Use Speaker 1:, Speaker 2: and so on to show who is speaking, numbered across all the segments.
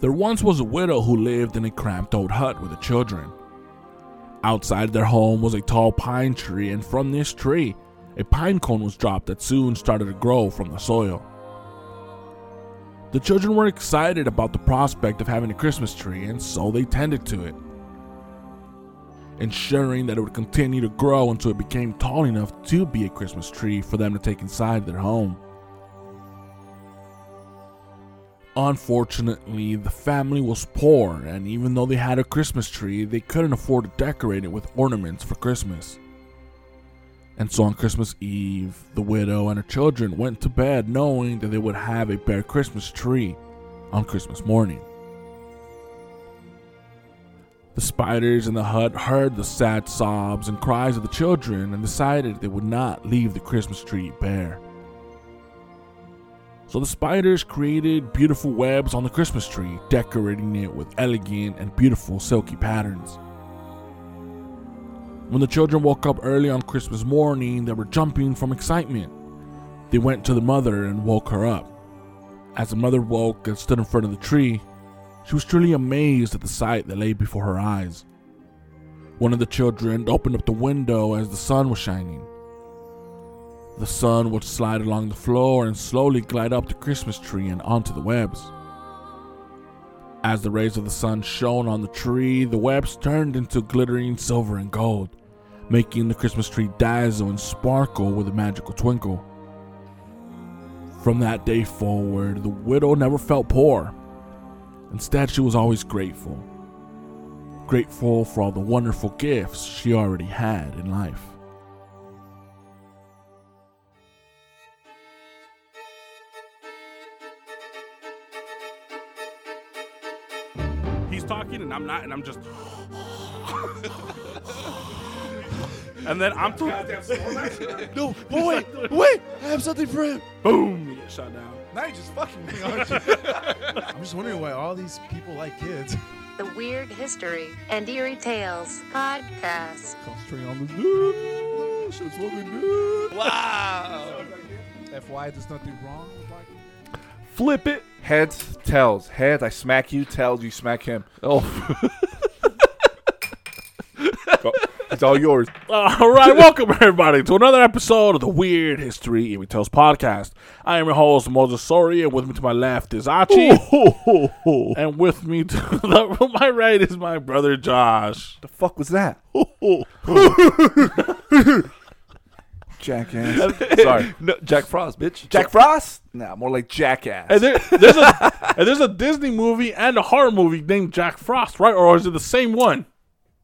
Speaker 1: There once was a widow who lived in a cramped old hut with her children. Outside their home was a tall pine tree, and from this tree, a pine cone was dropped that soon started to grow from the soil. The children were excited about the prospect of having a Christmas tree, and so they tended to it, ensuring that it would continue to grow until it became tall enough to be a Christmas tree for them to take inside their home. Unfortunately, the family was poor, and even though they had a Christmas tree, they couldn't afford to decorate it with ornaments for Christmas. And so on Christmas Eve, the widow and her children went to bed knowing that they would have a bare Christmas tree on Christmas morning. The spiders in the hut heard the sad sobs and cries of the children and decided they would not leave the Christmas tree bare. So the spiders created beautiful webs on the Christmas tree, decorating it with elegant and beautiful silky patterns. When the children woke up early on Christmas morning, they were jumping from excitement. They went to the mother and woke her up. As the mother woke and stood in front of the tree, she was truly amazed at the sight that lay before her eyes. One of the children opened up the window as the sun was shining. The sun would slide along the floor and slowly glide up the Christmas tree and onto the webs. As the rays of the sun shone on the tree, the webs turned into glittering silver and gold, making the Christmas tree dazzle and sparkle with a magical twinkle. From that day forward, the widow never felt poor. Instead, she was always grateful. Grateful for all the wonderful gifts she already had in life. he's talking and I'm not, and I'm just. and then I'm talking.
Speaker 2: No, but wait, wait, I have something for him.
Speaker 1: Boom! You get shut down.
Speaker 3: Now you're just fucking me, aren't you?
Speaker 2: I'm just wondering why all these people like kids.
Speaker 4: The Weird History and Eerie Tales podcast.
Speaker 1: Concentrating on the dude. Shit's looking good.
Speaker 3: wow.
Speaker 2: FY, there's nothing wrong.
Speaker 1: Flip it.
Speaker 3: Heads, tails. Heads, I smack you. Tails, you smack him.
Speaker 1: Oh.
Speaker 3: Go. It's all yours.
Speaker 1: Uh, All right, welcome everybody to another episode of the Weird History Eerie Tales podcast. I am your host Moses Sori, and with me to my left is Achi, and with me to the, my right is my brother Josh.
Speaker 3: The fuck was that? Jackass. Sorry.
Speaker 5: No, Jack Frost, bitch.
Speaker 3: Jack Frost? Nah, more like jackass.
Speaker 1: And there, there's a and there's a Disney movie and a horror movie named Jack Frost, right? Or is it the same one?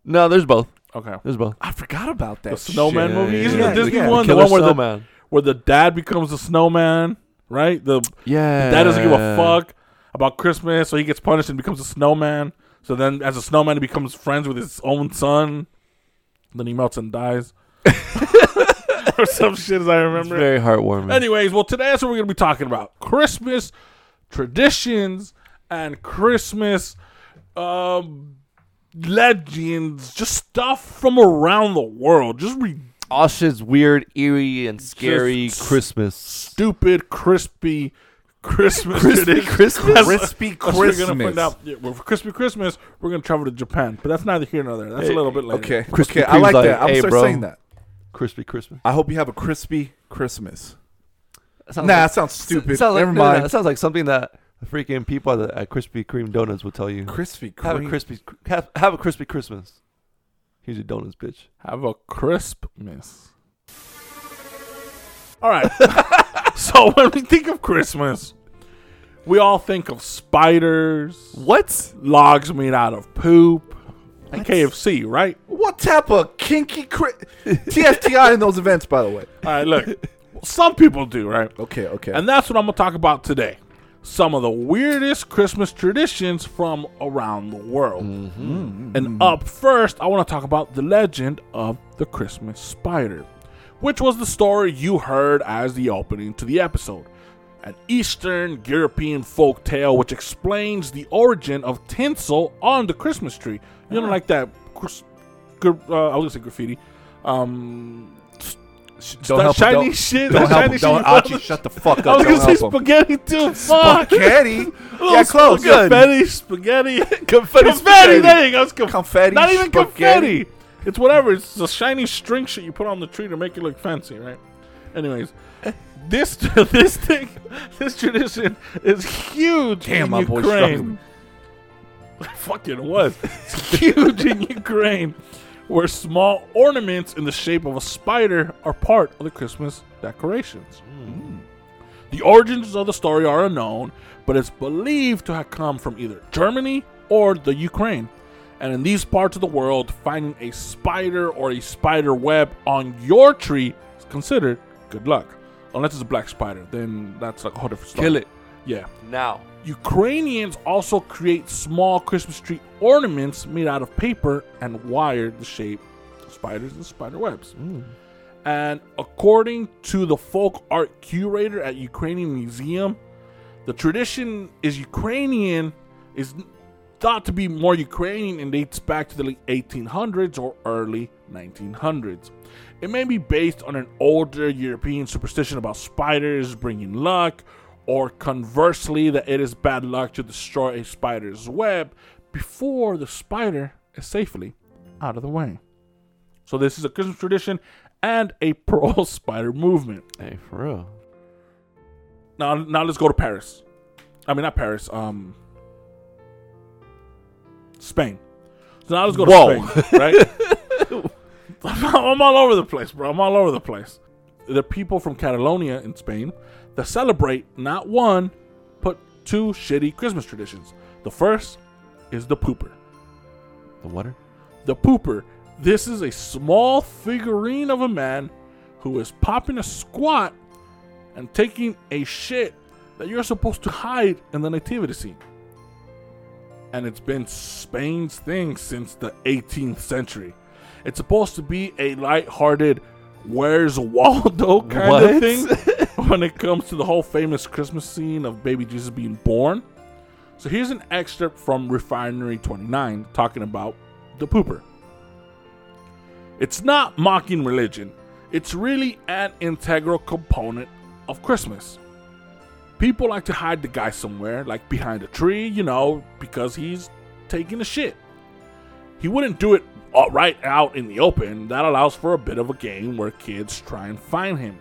Speaker 5: No, there's both.
Speaker 1: Okay,
Speaker 5: There's both.
Speaker 3: I forgot about that.
Speaker 1: the Snowman
Speaker 5: shit.
Speaker 1: movie. Isn't
Speaker 3: Yeah,
Speaker 1: the Disney
Speaker 3: yeah, the
Speaker 1: one the
Speaker 5: Killer
Speaker 1: one where the
Speaker 5: Snowman.
Speaker 1: where the dad becomes the snowman? Right. The
Speaker 5: yeah.
Speaker 1: Dad doesn't give a fuck about Christmas, so he gets punished and becomes a snowman. So then, as a snowman, he becomes friends with his own son. Then he melts and dies. or some shit, as I
Speaker 5: It's
Speaker 1: remember.
Speaker 5: very heartwarming.
Speaker 1: Anyways, well, today that's what we're going to be talking about Christmas traditions and Christmas um, legends, just stuff from around the world. Just re-
Speaker 5: All shit's weird, eerie, and scary.
Speaker 1: Just-
Speaker 5: Christmas.
Speaker 1: stupid, crispy Christmas
Speaker 5: Crispy
Speaker 1: traditions.
Speaker 5: Christmas.
Speaker 3: Crispy
Speaker 1: That's what We're gonna
Speaker 3: Christmas.
Speaker 1: find out. Yeah, well, for Christmas, Christmas, we're gonna travel to Japan, but that's neither here nor there. That's a little bit later.
Speaker 3: Okay.
Speaker 5: Krispy
Speaker 3: okay, I like
Speaker 5: Kreme's
Speaker 3: that.
Speaker 5: like,
Speaker 3: I'm
Speaker 5: "Hey,
Speaker 3: start
Speaker 5: bro."
Speaker 3: saying that.
Speaker 5: Crispy Christmas.
Speaker 3: I hope you have a crispy Christmas.
Speaker 5: That
Speaker 3: Nah,
Speaker 5: sounds
Speaker 3: that
Speaker 5: like-
Speaker 3: sounds stupid.
Speaker 5: sounds like-
Speaker 3: Never
Speaker 5: no, no,
Speaker 3: mind.
Speaker 5: That sounds like something that the freaking people at, the, at Krispy Kreme Donuts would tell you.
Speaker 3: Crispy Kreme.
Speaker 5: Have a crispy. Have, have a crispy Christmas. Here's your donuts, bitch.
Speaker 1: Have a crisp miss. All right. so when we think of Christmas, we all think of spiders,
Speaker 5: What?
Speaker 1: logs made out of poop, and KFC, right?
Speaker 3: What type of kinky cri- TFTI in those events, by the way?
Speaker 1: All right, look. Some people do, right?
Speaker 3: Okay, okay.
Speaker 1: And that's what I'm going to talk about today. Some of the weirdest Christmas traditions from around the world.
Speaker 5: Mm-hmm.
Speaker 1: And up first, I want to talk about the legend of the Christmas spider, which was the story you heard as the opening to the episode. An Eastern European folk tale which explains the origin of tinsel on the Christmas tree.
Speaker 5: Ah.
Speaker 1: You know, like that. Chris- gr- Uh, I was gonna say graffiti. Um, Sh-
Speaker 5: Don't
Speaker 1: that
Speaker 5: help her,
Speaker 1: shiny
Speaker 5: don't-
Speaker 1: shit.
Speaker 5: Don't
Speaker 1: that
Speaker 5: help
Speaker 1: shiny
Speaker 5: him.
Speaker 1: shit.
Speaker 5: Don't Archie, shut the fuck up.
Speaker 1: I was
Speaker 5: don't
Speaker 1: gonna say
Speaker 5: help him.
Speaker 1: spaghetti too. Fuck.
Speaker 3: Spaghetti?
Speaker 1: Little
Speaker 3: yeah, close. Good.
Speaker 1: Confetti, spaghetti, confetti,
Speaker 3: Confetti,
Speaker 1: confetti. There you go. It's conf-
Speaker 3: Confetti,
Speaker 1: Not even
Speaker 3: spaghetti.
Speaker 1: confetti. It's whatever. It's the shiny string shit you put on the tree to make it look fancy, right? Anyways, this this thing, this tradition is huge
Speaker 3: Damn, my
Speaker 1: in
Speaker 3: boy
Speaker 1: Ukraine. Fucking was. It's huge in Ukraine, where small ornaments in the shape of a spider are part of the Christmas decorations. The origins of the story are unknown, but it's believed to have come from either Germany or the Ukraine. And in these parts of the world, finding a spider or a spider web on your tree is considered good luck. Unless it's a black spider, then that's like a whole different story.
Speaker 5: Kill it
Speaker 1: Yeah.
Speaker 5: now.
Speaker 1: Ukrainians also create small Christmas tree ornaments made out of paper and wire the shape of spiders and spider webs. And according to the folk art curator at Ukrainian Museum, the tradition is Ukrainian is thought to be more Ukrainian and dates back to the late 1800s or early 1900s. It may be based on an older European superstition about spiders bringing luck, or conversely, that it is bad luck to destroy a spider's web before the spider is safely out of the way. So, this is a Christmas tradition and a pro spider movement.
Speaker 5: Hey, for real.
Speaker 1: Now, now let's go to Paris. I mean, not Paris. Um, Spain. So now let's go to
Speaker 5: Whoa.
Speaker 1: Spain, right? I'm all over the place, bro. I'm all over the place. The people from Catalonia in Spain that celebrate not one, but two shitty Christmas traditions. The first is the pooper.
Speaker 5: The water.
Speaker 1: The pooper. This is a small figurine of a man who is popping a squat and taking a shit that you're supposed to hide in the nativity scene. And it's been Spain's thing since the 18th century. It's supposed to be a light-hearted where's Waldo kind of
Speaker 5: What?
Speaker 1: thing when it comes to the whole famous Christmas scene of baby Jesus being born. So here's an excerpt from Refinery 29 talking about the pooper. It's not mocking religion, it's really an integral component of Christmas. People like to hide the guy somewhere, like behind a tree, you know, because he's taking a shit. He wouldn't do it all right out in the open. That allows for a bit of a game where kids try and find him.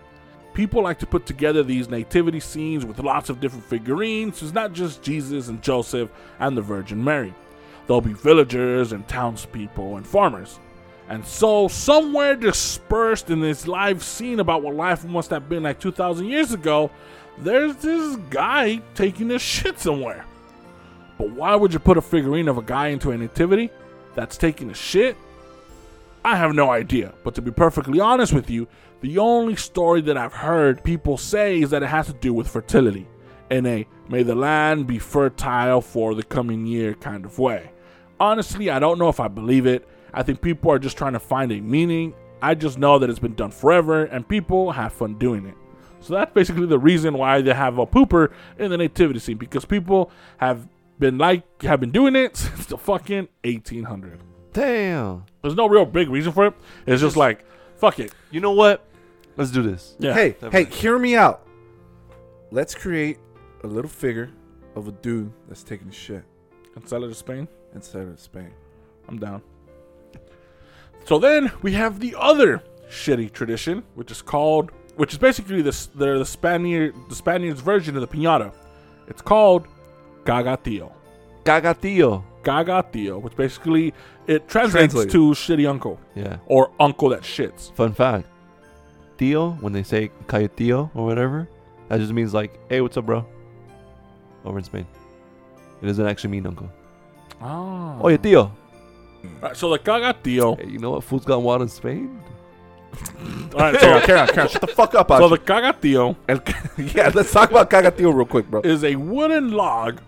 Speaker 1: People like to put together these nativity scenes with lots of different figurines. So it's not just Jesus and Joseph and the Virgin Mary. There'll be villagers and townspeople and farmers. And so, somewhere dispersed in this live scene about what life must have been like 2,000 years ago, there's this guy taking a shit somewhere. But why would you put a figurine of a guy into a nativity that's taking a shit? I have no idea. But to be perfectly honest with you, the only story that I've heard people say is that it has to do with fertility in a may the land be fertile for the coming year kind of way. Honestly, I don't know if I believe it. I think people are just trying to find a meaning. I just know that it's been done forever and people have fun doing it. So that's basically the reason why they have a pooper in the nativity scene because people have been like have been doing it since the fucking 1800.
Speaker 5: Damn.
Speaker 1: There's no real big reason for it. It's just like, fuck it.
Speaker 5: You know what? Let's do this.
Speaker 1: Yeah.
Speaker 3: hey, hey,
Speaker 5: definitely.
Speaker 3: hear me out. Let's create a little figure of a dude that's taking a shit
Speaker 1: And sell it to Spain.
Speaker 3: inside of Spain.
Speaker 1: I'm down. So then we have the other shitty tradition, which is called, which is basically this, they're the Spaniard, the Spaniards' version of the piñata. It's called cagatillo.
Speaker 5: Cagatillo.
Speaker 1: Cagatillo, which basically it translates
Speaker 3: Translated.
Speaker 1: to shitty uncle
Speaker 5: Yeah.
Speaker 1: or uncle that shits.
Speaker 5: Fun fact. Tío, when they say calle tío or whatever, that just means like, hey, what's up, bro? Over in Spain. It doesn't actually mean uncle.
Speaker 1: Oh.
Speaker 5: Oye, tío.
Speaker 1: Right, so the cagatillo.
Speaker 5: Hey, you know what? Food's gone wild in Spain.
Speaker 1: All right, so,
Speaker 3: Shut the fuck up,
Speaker 1: so
Speaker 3: Archie.
Speaker 1: the cagatillo
Speaker 3: yeah, let's talk about Cagatillo real quick, bro.
Speaker 1: is a wooden log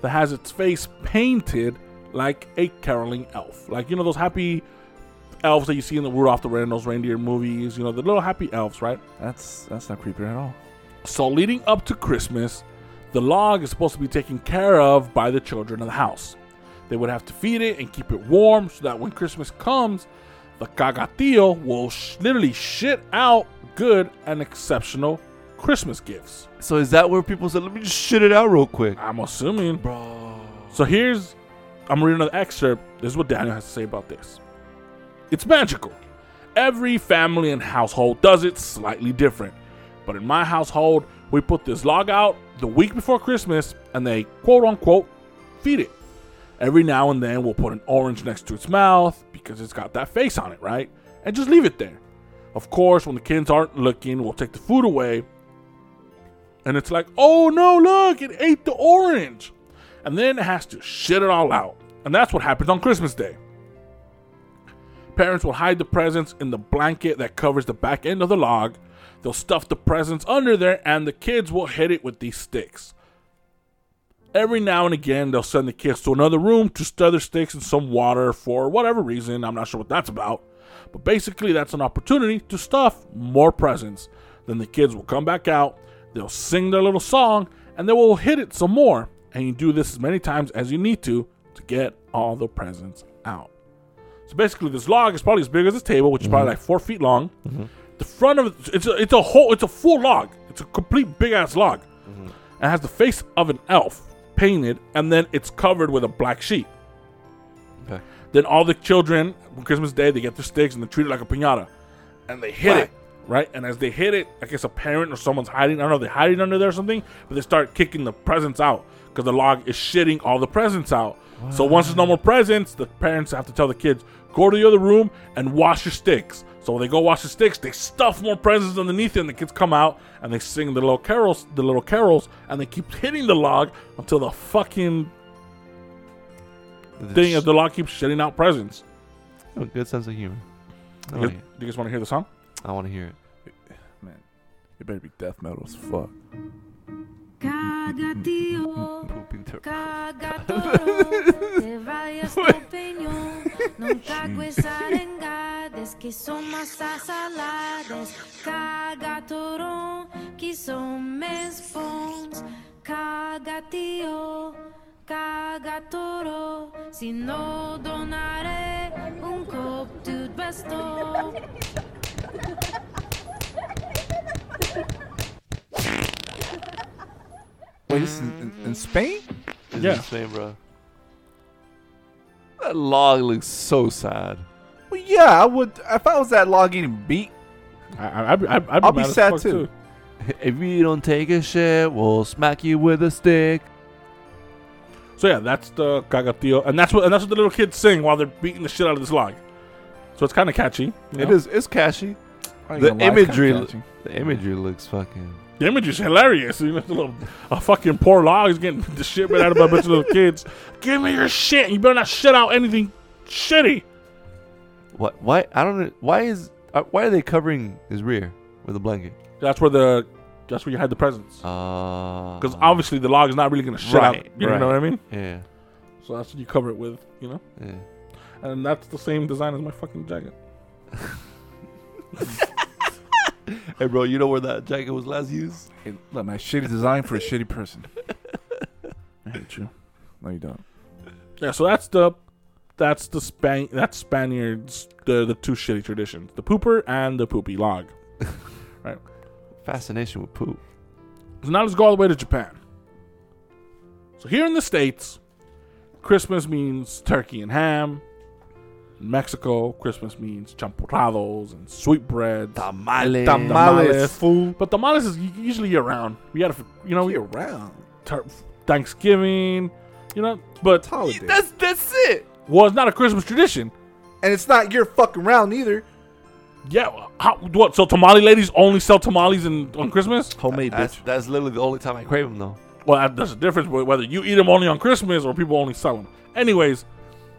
Speaker 1: that has its face painted like a caroling elf. Like, you know, those happy elves that you see in the Rudolph the Red-Nosed Reindeer movies, you know, the little happy elves, right?
Speaker 3: That's that's not creepy at all.
Speaker 1: So, leading up to Christmas, the log is supposed to be taken care of by the children of the house. They would have to feed it and keep it warm so that when Christmas comes, The cagatillo will sh- literally shit out good and exceptional Christmas gifts.
Speaker 5: So is that where people said, "Let me just shit it out real quick"?
Speaker 1: I'm assuming, bro. So here's, I'm reading an excerpt. This is what Daniel has to say about this. It's magical. Every family and household does it slightly different. But in my household, we put this log out the week before Christmas and they quote unquote feed it. Every now and then, we'll put an orange next to its mouth because it's got that face on it, right? And just leave it there. Of course, when the kids aren't looking, we'll take the food away and it's like, oh no, look, it ate the orange. And then it has to shit it all out. And that's what happens on Christmas Day. Parents will hide the presents in the blanket that covers the back end of the log. They'll stuff the presents under there, and the kids will hit it with these sticks. Every now and again, they'll send the kids to another room to smother sticks in some water for whatever reason. I'm not sure what that's about. But basically, that's an opportunity to stuff more presents. Then the kids will come back out, they'll sing their little song, and they will hit it some more. And you do this as many times as you need to to get all the presents out. So basically, this log is probably as big as this table, which is probably like four feet long. The front of it, it's a, it's a whole, it's a full log. It's a complete big ass log. It has the face of an elf painted, and then it's covered with a black sheet.
Speaker 5: Okay.
Speaker 1: Then all the children on Christmas Day they get their sticks and they treat it like a pinata, and they hit it right. And as they hit it, I guess a parent or someone's hiding. I don't know, they're hiding under there or something, but they start kicking the presents out because the log is shitting all the presents out. So once there's no more presents, the parents have to tell the kids go to the other room and wash your sticks. So when they go wash the sticks, they stuff more presents underneath it, and the kids come out and they sing the little carols, the little carols, and they keep hitting the log until the fucking thing of the log keeps shitting out presents.
Speaker 5: a good sense of humor. I
Speaker 1: You
Speaker 5: like
Speaker 1: guys-
Speaker 5: it.
Speaker 1: you guys want to hear the song?
Speaker 5: I want to hear it.
Speaker 3: Man, it better be death metal as fuck.
Speaker 6: Cagatío,
Speaker 5: Pooping tur-
Speaker 6: cagatoro, te vayas tu opinión. Nunca arengadas que son más asaladas. Cagatorón, que son mes fons. Cagatío, cagatoro, si no donaré un cop tu bastón.
Speaker 3: Wait, this is in, in Spain?
Speaker 5: It's
Speaker 1: Yeah.
Speaker 5: insane, bro. That log looks so sad.
Speaker 3: Well, yeah, I would. If I was that log eating beat,
Speaker 1: I, I, I'd, I'd, I'd
Speaker 3: I'll be
Speaker 1: mad as
Speaker 3: sad
Speaker 1: fuck,
Speaker 3: too.
Speaker 5: If you don't take a shit, we'll smack you with a stick.
Speaker 1: So yeah, that's the cagatillo, and that's what and that's what the little kids sing while they're beating the shit out of this log. So it's kind of catchy. you
Speaker 5: It
Speaker 1: know?
Speaker 5: is. It's catchy.
Speaker 3: I ain't gonna lie, it's
Speaker 5: The
Speaker 3: kinda
Speaker 5: imagery-
Speaker 3: catchy.
Speaker 5: The imagery looks fucking.
Speaker 1: The image is hilarious. You know, the little, a fucking poor log is getting the shit beat out of by a bunch of little kids. Give me your shit. You better not shit out anything shitty.
Speaker 5: What? Why? I don't. know. Why is? Uh, why are they covering his rear with a blanket?
Speaker 1: That's where the that's where you hide the presents.
Speaker 5: Uh.
Speaker 1: Because obviously the log is not really gonna shit
Speaker 5: Right,
Speaker 1: out. You
Speaker 5: right.
Speaker 1: know what I mean?
Speaker 5: Yeah.
Speaker 1: So that's what you cover it with. You know,
Speaker 5: Yeah.
Speaker 1: and that's the same design as my fucking jacket.
Speaker 5: Hey, bro. You know where that jacket was last used?
Speaker 3: Hey, look, man, shitty design for a shitty person. I hate you. No, you don't.
Speaker 1: Yeah, so that's the that's the Span that's Spaniards the the two shitty traditions, the pooper and the poopy log.
Speaker 5: Fascination with poop.
Speaker 1: So now let's go all the way to Japan. So here in the states, Christmas means turkey and ham. In Mexico, Christmas means champurrados and sweetbreads.
Speaker 5: Tamale.
Speaker 1: Tamales.
Speaker 3: fool.
Speaker 1: But tamales is u- usually year round. We gotta, f- you know,
Speaker 3: Be around.
Speaker 1: tur- Thanksgiving, you know. But
Speaker 3: It's holiday.
Speaker 5: That's that's it.
Speaker 1: well, it's not a Christmas tradition.
Speaker 3: and it's not your fucking round either.
Speaker 1: Yeah, well, how, what? So tamale ladies only sell tamales in, on Christmas?
Speaker 3: Homemade,
Speaker 5: That's that's literally the only time I crave them though.
Speaker 1: Well, that, that's the difference. But whether you eat them only on Christmas or people only sell them. Anyways,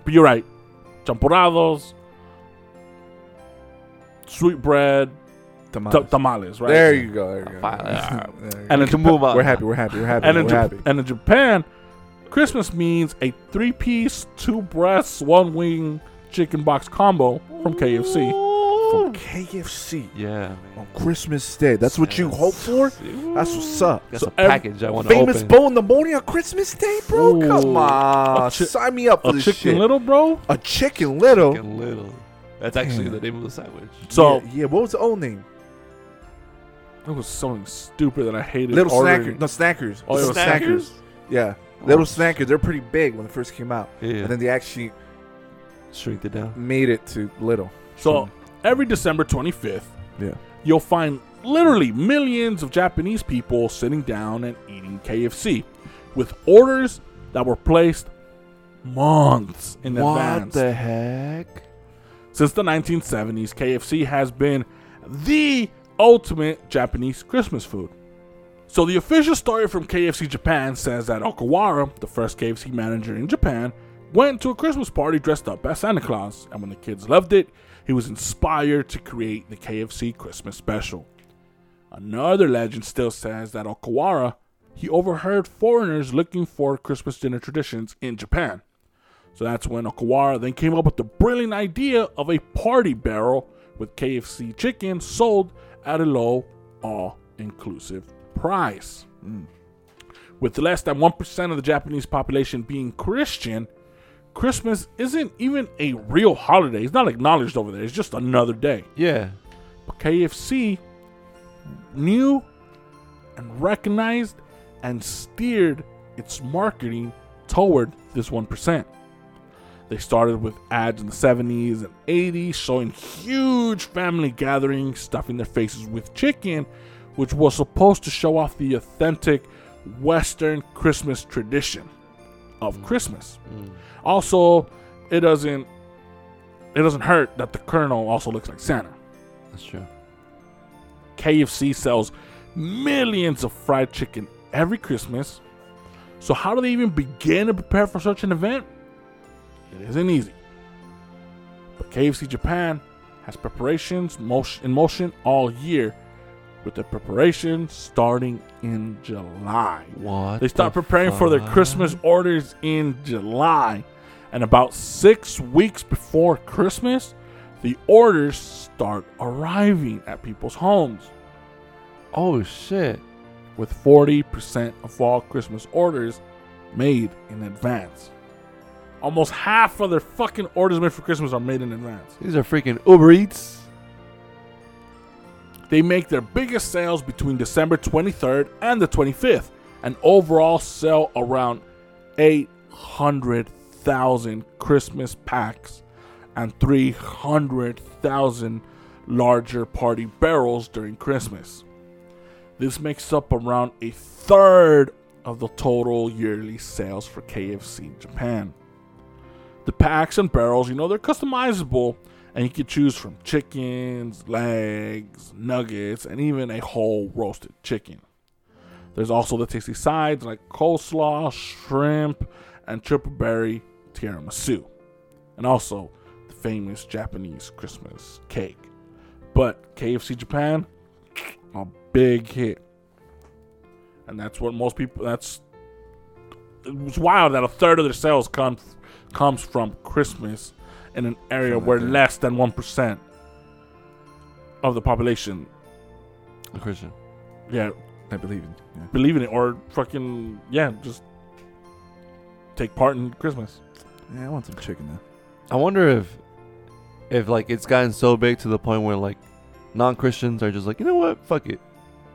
Speaker 1: but you're right. Champurados, sweet bread, ta-
Speaker 3: Tamales.
Speaker 1: tamales, right?
Speaker 3: There you go. There you go.
Speaker 5: Fine.
Speaker 3: There you
Speaker 1: And
Speaker 5: We
Speaker 1: in
Speaker 5: can
Speaker 1: Japan-
Speaker 5: move on.
Speaker 3: go. We're happy. We're happy. We're happy.
Speaker 1: And in,
Speaker 3: we're
Speaker 1: Jap-
Speaker 3: happy.
Speaker 1: and in Japan, Christmas means a three-piece, two breasts, one wing chicken box combo from KFC.
Speaker 3: From KFC
Speaker 5: Yeah.
Speaker 3: on
Speaker 5: Man.
Speaker 3: Christmas Day. That's what you hope for. That's what's up.
Speaker 5: That's
Speaker 1: So
Speaker 5: a
Speaker 1: every-
Speaker 5: package I want to
Speaker 3: Famous
Speaker 5: open.
Speaker 3: bowl in the morning on Christmas Day, bro.
Speaker 1: Ooh.
Speaker 3: Come
Speaker 1: A
Speaker 3: on,
Speaker 1: chi-
Speaker 3: sign me up for
Speaker 1: A
Speaker 3: this
Speaker 1: chicken
Speaker 3: shit.
Speaker 1: little, bro.
Speaker 3: A chicken little.
Speaker 5: Fucking little. That's actually the name of the sandwich.
Speaker 1: So
Speaker 3: yeah, yeah, what was the old name?
Speaker 1: it was something stupid that I hated.
Speaker 3: Little
Speaker 1: ordering.
Speaker 3: Snackers. No, Snackers.
Speaker 1: Oh, it was
Speaker 5: Snackers?
Speaker 3: Yeah.
Speaker 5: Oh,
Speaker 3: Little Snackers. They're pretty big when they first came out.
Speaker 5: Yeah, yeah.
Speaker 3: And then they actually
Speaker 5: shrink it down.
Speaker 3: made it to Little.
Speaker 1: So every December 25th,
Speaker 3: Yeah.
Speaker 1: you'll find literally millions of Japanese people sitting down and eating KFC with orders that were placed months in advance.
Speaker 5: heck?
Speaker 1: Since the 1970s, KFC has been the ultimate Japanese Christmas food. So, the official story from KFC Japan says that Okawara, the first KFC manager in Japan, went to a Christmas party dressed up as Santa Claus, and when the kids loved it, he was inspired to create the KFC Christmas special. Another legend still says that Okawara, he overheard foreigners looking for Christmas dinner traditions in Japan. So that's when Okawara then came up with the brilliant idea of a party barrel with KFC chicken sold at a low, all inclusive price. With less than 1% of the Japanese population being Christian, Christmas isn't even a real holiday. It's not acknowledged over there, it's just another day.
Speaker 5: Yeah.
Speaker 1: But KFC knew and recognized and steered its marketing toward this 1%. They started with ads in the 70s and 80s showing huge family gatherings, stuffing their faces with chicken, which was supposed to show off the authentic Western Christmas tradition of Christmas. Also, it doesn't it doesn't hurt that the Colonel also looks like Santa.
Speaker 5: That's true.
Speaker 1: KFC sells millions of fried chicken every Christmas. So, how do they even begin to prepare for such an event? It isn't easy. But KFC Japan has preparations motion, in motion all year, with the preparations starting in July.
Speaker 5: What?
Speaker 1: They start
Speaker 5: the
Speaker 1: preparing for their
Speaker 5: fuck?
Speaker 1: Christmas orders in July. And about six weeks before Christmas, the orders start arriving at people's homes.
Speaker 5: Oh shit.
Speaker 1: With 40% of all Christmas orders made in advance. Almost half of their fucking orders made for Christmas are made in advance.
Speaker 5: These are freaking Uber Eats.
Speaker 1: They make their biggest sales between December 23rd and the 25th, and overall sell around 800,000 Christmas packs and 300,000 larger party barrels during Christmas. This makes up around a third of the total yearly sales for KFC in Japan. The packs and barrels, you know, they're customizable and you can choose from chickens, legs, nuggets, and even a whole roasted chicken. There's also the tasty sides like coleslaw, shrimp, and triple berry tiramisu. And also the famous Japanese Christmas cake. But KFC Japan, a big hit. And that's what most people that's it's wild that a third of their sales come, comes from Christmas in an area where less than 1% of the population
Speaker 5: A Christian.
Speaker 1: yeah
Speaker 3: I believe it. Yeah.
Speaker 1: believe in it or fucking yeah just take part in Christmas.
Speaker 3: Yeah, I want some chicken now.
Speaker 5: I wonder if, if like it's gotten so big to the point where like, non Christians are just like, you know what? Fuck it.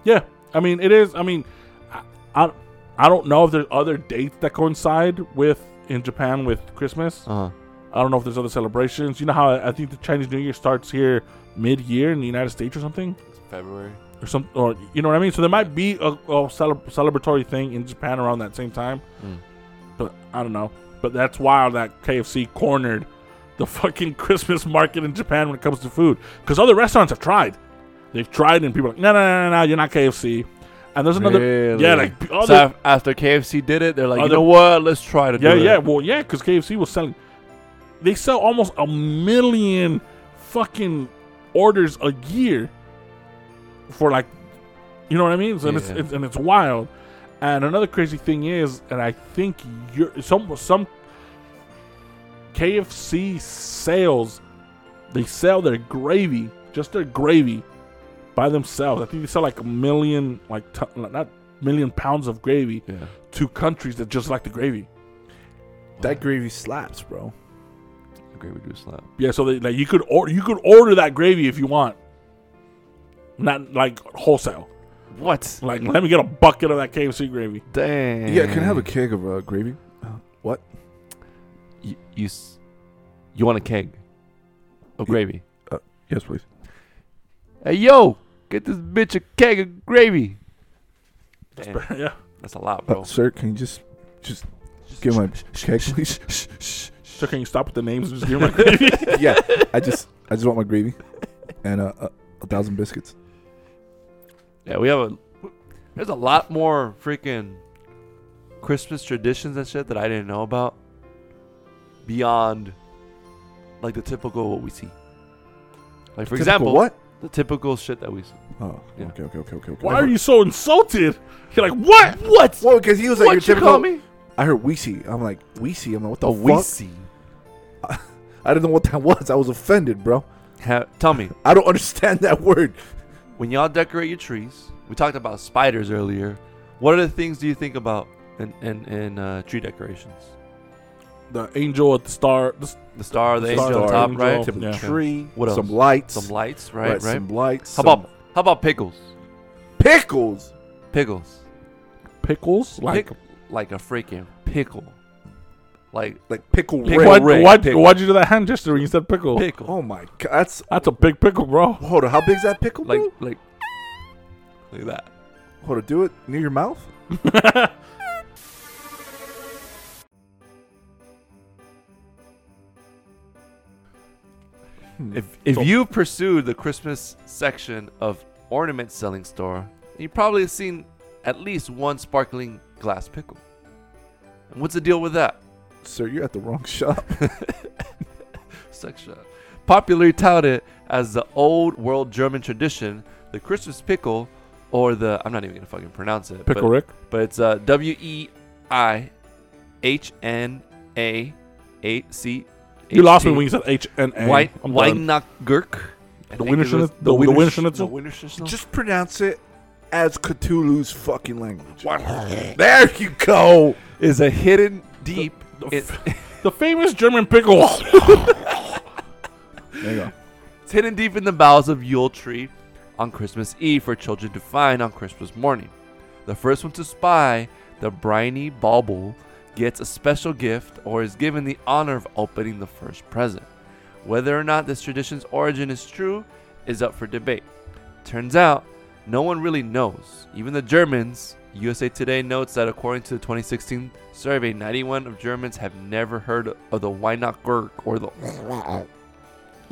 Speaker 1: Yeah, I mean it is I mean I I, I don't know if there's other dates that coincide with in Japan with Christmas.
Speaker 5: Uh huh.
Speaker 1: I don't know if there's other celebrations. You know how I think the Chinese New Year starts here mid-year in the United States or something,
Speaker 5: It's February.
Speaker 1: or some, or you know what I mean. So there might be a, a cele- celebratory thing in Japan around that same time,
Speaker 5: Mm.
Speaker 1: but I don't know. But that's wild that KFC cornered the fucking Christmas market in Japan when it comes to food, because other restaurants have tried. They've tried and people are like, no, no, no, no, no, you're not KFC. And there's another, yeah, like p-
Speaker 5: so
Speaker 1: other,
Speaker 5: af- after KFC did it, they're like, you
Speaker 1: Other-
Speaker 5: know what? Let's try to
Speaker 1: Yeah,
Speaker 5: do
Speaker 1: yeah.
Speaker 5: it.
Speaker 1: Well, yeah, because KFC was selling. They sell almost a million fucking orders a year for like, you know what I mean? So, and it's,
Speaker 5: Yeah.
Speaker 1: it's and it's wild. And another crazy thing is, and I think you're some some KFC sales, they sell their gravy, just their gravy, by themselves. I think they sell like a million, like t- not million pounds of gravy
Speaker 5: yeah. Yeah.
Speaker 1: to countries that just like the gravy.
Speaker 3: That gravy slaps, bro.
Speaker 5: gravy do slap.
Speaker 1: Yeah, so they, like you could order you could order that gravy if you want. Not like wholesale.
Speaker 5: What?
Speaker 1: Like let me get a bucket of that KFC gravy.
Speaker 5: Dang.
Speaker 3: Yeah, can I have a keg of uh, gravy?
Speaker 5: You, you, s- you want a keg of
Speaker 3: Yeah.
Speaker 5: gravy?
Speaker 3: Yes, please.
Speaker 5: Hey, yo, get this bitch a keg of gravy. Damn,
Speaker 1: yeah.
Speaker 5: that's a lot,
Speaker 3: Uh,
Speaker 5: bro.
Speaker 3: sir, can you just just give my keg, please?
Speaker 1: So can you stop with the names and just give me my gravy?
Speaker 3: yeah, I just I just want my gravy and uh, a, a thousand biscuits.
Speaker 5: Yeah, we have a. There's a lot more freaking Christmas traditions and shit that I didn't know about. Beyond, like the typical what we see. Like for
Speaker 3: Typical
Speaker 5: example,
Speaker 3: what?
Speaker 5: the typical shit that we see.
Speaker 3: Oh,
Speaker 5: Yeah.
Speaker 3: okay, okay, okay, okay. okay.
Speaker 1: Why are you so insulted? You're like, what? What?
Speaker 3: Well, because he was like your
Speaker 5: What you
Speaker 3: typical.
Speaker 5: call me?
Speaker 3: I heard Weesey. I'm like Weesey. I'm like, what the
Speaker 5: A
Speaker 3: fuck?
Speaker 5: Weesey.
Speaker 3: I didn't know what that was. I was offended, bro.
Speaker 5: Ha- tell me,
Speaker 3: I don't understand that word.
Speaker 5: when y'all decorate your trees, we talked about spiders earlier. What other things do you think about in in, in uh, tree decorations?
Speaker 1: The angel at the star. The, s-
Speaker 5: The star, the,
Speaker 1: The
Speaker 5: angel
Speaker 1: star,
Speaker 5: on top,
Speaker 1: angel.
Speaker 5: right?
Speaker 1: Tip of the Yeah.
Speaker 5: tree. What else?
Speaker 3: Some lights.
Speaker 5: Some lights, right? Right.
Speaker 3: Some lights.
Speaker 5: how
Speaker 3: some
Speaker 5: about how about pickles?
Speaker 3: pickles?
Speaker 5: Pickles.
Speaker 1: pickles? Like
Speaker 5: Pick- like a freaking pickle. Like
Speaker 3: Like pickle
Speaker 5: Pickle
Speaker 3: ring.
Speaker 1: what?
Speaker 5: red
Speaker 1: what?
Speaker 5: pickle.
Speaker 1: Why'd you do that hand gesture when you said pickle?
Speaker 5: pickle.
Speaker 3: Oh my god, that's
Speaker 1: That's a big pickle, bro.
Speaker 3: hold on. How big's that pickle?
Speaker 5: Like
Speaker 3: bro?
Speaker 5: like like that.
Speaker 3: hold on. Do it near your mouth. Hmm.
Speaker 5: If if
Speaker 1: So-
Speaker 5: you pursued the Christmas section of ornament selling store, you probably have seen at least one sparkling glass pickle. And what's the deal with that?
Speaker 3: Sir, you're at the wrong shop.
Speaker 5: Section. Popularly touted as the old world German tradition, the Christmas pickle, or the I'm not even gonna fucking pronounce it. but-
Speaker 1: Pickle Rick.
Speaker 5: but it's uh, W E I H N A A C.
Speaker 1: You lost me when you said H and A.
Speaker 5: White
Speaker 1: I'm done.
Speaker 5: Weinagerk. I think it was-
Speaker 1: Wienerschnitz- the- the
Speaker 5: Wienersch-
Speaker 1: Wienerschnitzel?
Speaker 5: the Wienerschnitzel.
Speaker 3: Just pronounce it as Cthulhu's fucking language. There you go.
Speaker 5: is a hidden deep.
Speaker 1: the
Speaker 5: it-
Speaker 1: The famous German pickle.
Speaker 3: There you go.
Speaker 5: it's hidden deep in the bowels of Yule tree on Christmas Eve for children to find on Christmas morning. The first one to spy the briny bauble gets a special gift or is given the honor of opening the first present. Whether or not this tradition's origin is true is up for debate. Turns out, no one really knows. Even the Germans, USA Today notes that according to the 2016 survey, 91 of Germans have never heard of the Weihnachtsgurk or the.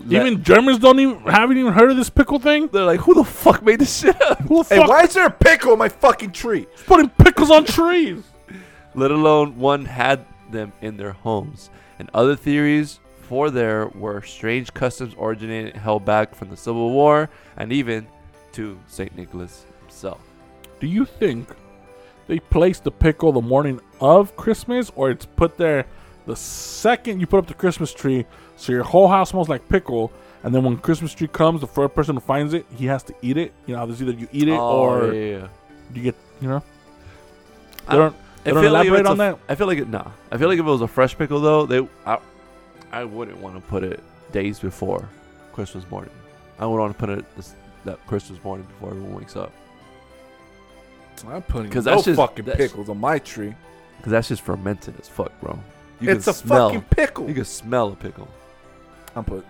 Speaker 1: even Germans don't even haven't even heard of this pickle thing.
Speaker 5: they're like, who the fuck made this shit up?
Speaker 1: Who the
Speaker 3: Hey,
Speaker 1: fuck
Speaker 3: why is there a pickle in my fucking tree?
Speaker 1: is putting pickles on trees?
Speaker 5: let alone one had them in their homes. And other theories for there were strange customs originated and held back from the Civil War and even to St. Nicholas himself.
Speaker 1: Do you think they place the pickle the morning of Christmas, or it's put there the second you put up the Christmas tree, so your whole house smells like pickle? And then when Christmas tree comes, the first person who finds it, he has to eat it. You know, how there's either you eat it or
Speaker 5: Oh, yeah, yeah.
Speaker 1: you get, you know.
Speaker 5: I-
Speaker 1: They don't. They
Speaker 5: I
Speaker 1: don't
Speaker 5: feel like if
Speaker 1: elaborate
Speaker 5: it's
Speaker 1: on
Speaker 5: a-
Speaker 1: that.
Speaker 5: I feel like it. Nah, I feel like if it was a fresh pickle though, they I, I wouldn't want to put it days before Christmas morning. I would want to put it this, that Christmas morning before everyone wakes up
Speaker 3: I'm putting
Speaker 5: 'Cause
Speaker 3: no
Speaker 5: that's just-
Speaker 3: fucking
Speaker 5: that's-
Speaker 3: pickles on my tree.
Speaker 5: because that's just fermented as fuck, bro. You
Speaker 3: it's
Speaker 5: can
Speaker 3: a
Speaker 5: smell.
Speaker 3: fucking pickle.
Speaker 5: You can smell a pickle.
Speaker 3: I'm putting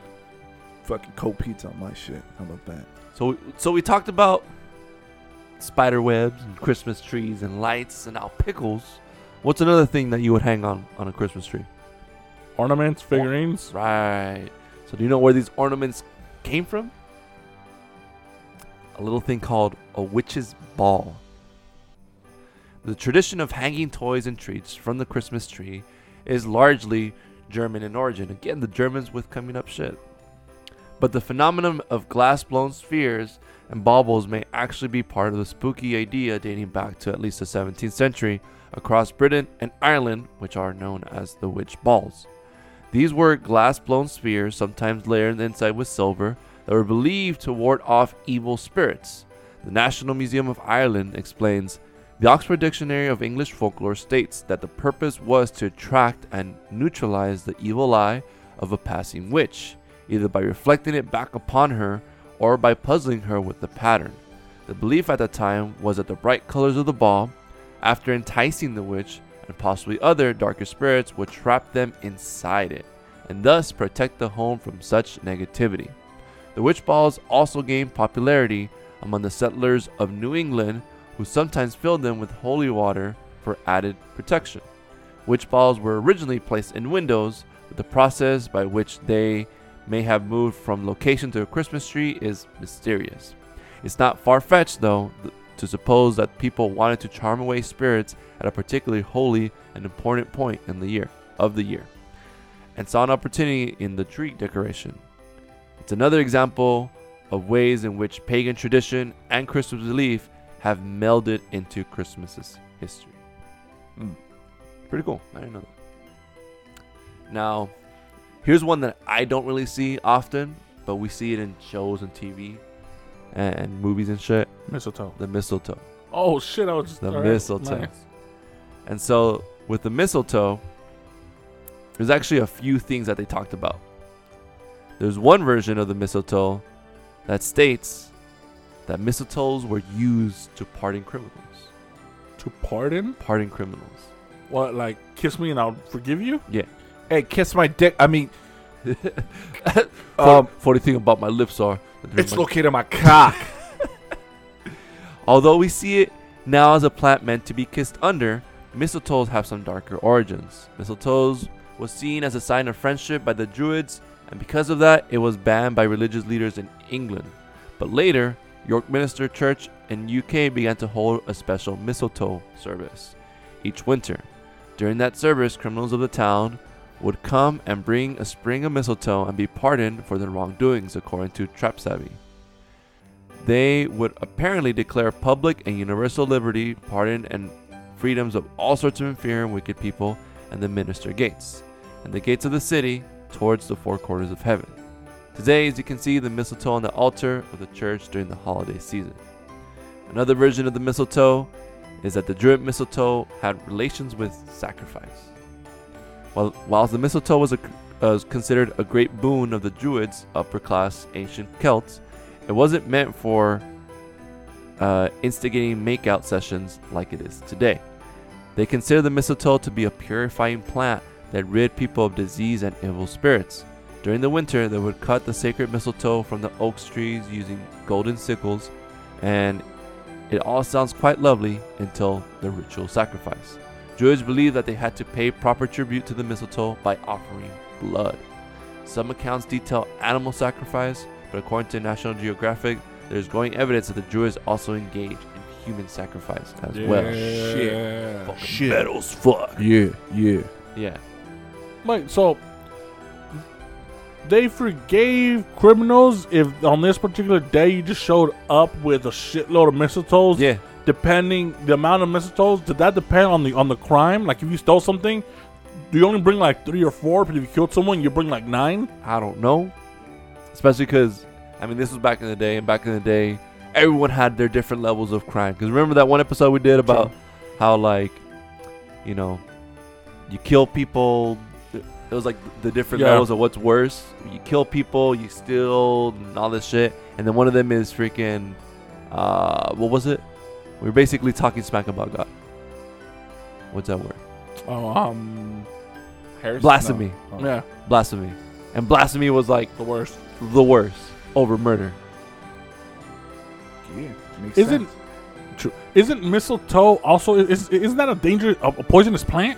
Speaker 3: fucking cold pizza on my shit. How about that?
Speaker 5: So, so we talked about spider webs and Christmas trees and lights and now pickles. What's another thing that you would hang on on a Christmas tree?
Speaker 1: Ornaments, figurines.
Speaker 5: Right. So, do you know where these ornaments came from? A little thing called a witch's ball. The tradition of hanging toys and treats from the Christmas tree is largely German in origin. Again, the Germans with coming up shit. But the phenomenon of glass blown spheres and baubles may actually be part of the spooky idea dating back to at least the 17th century across Britain and Ireland, which are known as the witch balls. These were glass blown spheres, sometimes layered inside with silver, that were believed to ward off evil spirits. The National Museum of Ireland explains The Oxford Dictionary of English Folklore states that the purpose was to attract and neutralize the evil eye of a passing witch, either by reflecting it back upon her or by puzzling her with the pattern. The belief at that time was that the bright colors of the ball, after enticing the witch and possibly other darker spirits, would trap them inside it and thus protect the home from such negativity. The witch balls also gained popularity among the settlers of New England, who sometimes filled them with holy water for added protection. Witch balls were originally placed in windows, but the process by which they may have moved from location to a Christmas tree is mysterious. It's not far fetched, though, th- to suppose that people wanted to charm away spirits at a particularly holy and important point in the year of the year, and saw an opportunity in the tree decoration. It's another example of ways in which pagan tradition and Christmas belief have melded into Christmas's history. Hmm. Pretty cool. I didn't know that. Now, here's one that I don't really see often, but we see it in shows and TV and, and movies and shit.
Speaker 1: Mistletoe.
Speaker 5: The mistletoe.
Speaker 1: Oh shit! I was just
Speaker 5: The
Speaker 1: all right,
Speaker 5: mistletoe.
Speaker 1: nice.
Speaker 5: And so with the mistletoe, there's actually a few things that they talked about. There's one version of the mistletoe that states that mistletoes were used to pardon criminals.
Speaker 1: To pardon?
Speaker 5: Pardon criminals.
Speaker 1: What? Like kiss me and I'll forgive you?
Speaker 3: Hey, kiss my dick. I mean,
Speaker 5: Um,
Speaker 3: Um,
Speaker 5: funny thing about my lips are that they're
Speaker 3: it's
Speaker 5: my-
Speaker 3: located in my cock.
Speaker 5: Although we see it now as a plant meant to be kissed under, mistletoes have some darker origins. Mistletoes was seen as a sign of friendship by the Druids, and because of that, it was banned by religious leaders in England. But later, York Minster Church in UK began to hold a special mistletoe service each winter. During that service, criminals of the town would come and bring a spring of mistletoe and be pardoned for their wrongdoings, according to Trap Savvy they would apparently declare public and universal liberty, pardon, and freedoms of all sorts of inferior and wicked people, and the minister gates, and the gates of the city towards the four quarters of heaven. Today, as you can see, the mistletoe on the altar of the church during the holiday season. Another version of the mistletoe is that the Druid mistletoe had relations with sacrifice. While, whilst the mistletoe was, a, was considered a great boon of the Druids, upper class ancient Celts, it wasn't meant for uh, instigating makeout sessions like it is today. They consider the mistletoe to be a purifying plant that rid people of disease and evil spirits. During the winter, they would cut the sacred mistletoe from the oak trees using golden sickles, and it all sounds quite lovely until the ritual sacrifice. Druids believed that they had to pay proper tribute to the mistletoe by offering blood. Some accounts detail animal sacrifice, but according to National Geographic, there's growing evidence that the Druids also engaged in human sacrifice as well.
Speaker 1: shit.
Speaker 5: Fucking metal as fuck.
Speaker 3: Yeah, yeah.
Speaker 5: Yeah.
Speaker 1: Like so, they forgave criminals if on this particular day you just showed up with a shitload of mistletoes.
Speaker 5: Yeah.
Speaker 1: Depending the amount of mistletoes, did that depend on the on the crime? Like if you stole something, do you only bring like three or four? But if you killed someone, you bring like nine.
Speaker 5: I don't know. Especially because, I mean, this was back in the day, and back in the day, everyone had their different levels of crime. Because remember that one episode we did about how, like, you know, you kill people. It was like the different
Speaker 1: Yeah.
Speaker 5: levels of what's worse. You kill people, you steal, and all this shit. And then one of them is freaking, uh, what was it? We were basically talking smack about God. What's that word?
Speaker 1: Oh, um,
Speaker 5: Blasphemy.
Speaker 3: Oh,
Speaker 1: yeah,
Speaker 5: Blasphemy. And blasphemy was like
Speaker 1: the worst.
Speaker 5: the worst over murder.
Speaker 3: Yeah, makes
Speaker 1: Isn't-
Speaker 3: sense.
Speaker 1: Isn't mistletoe also is isn't that a dangerous a, a poisonous plant?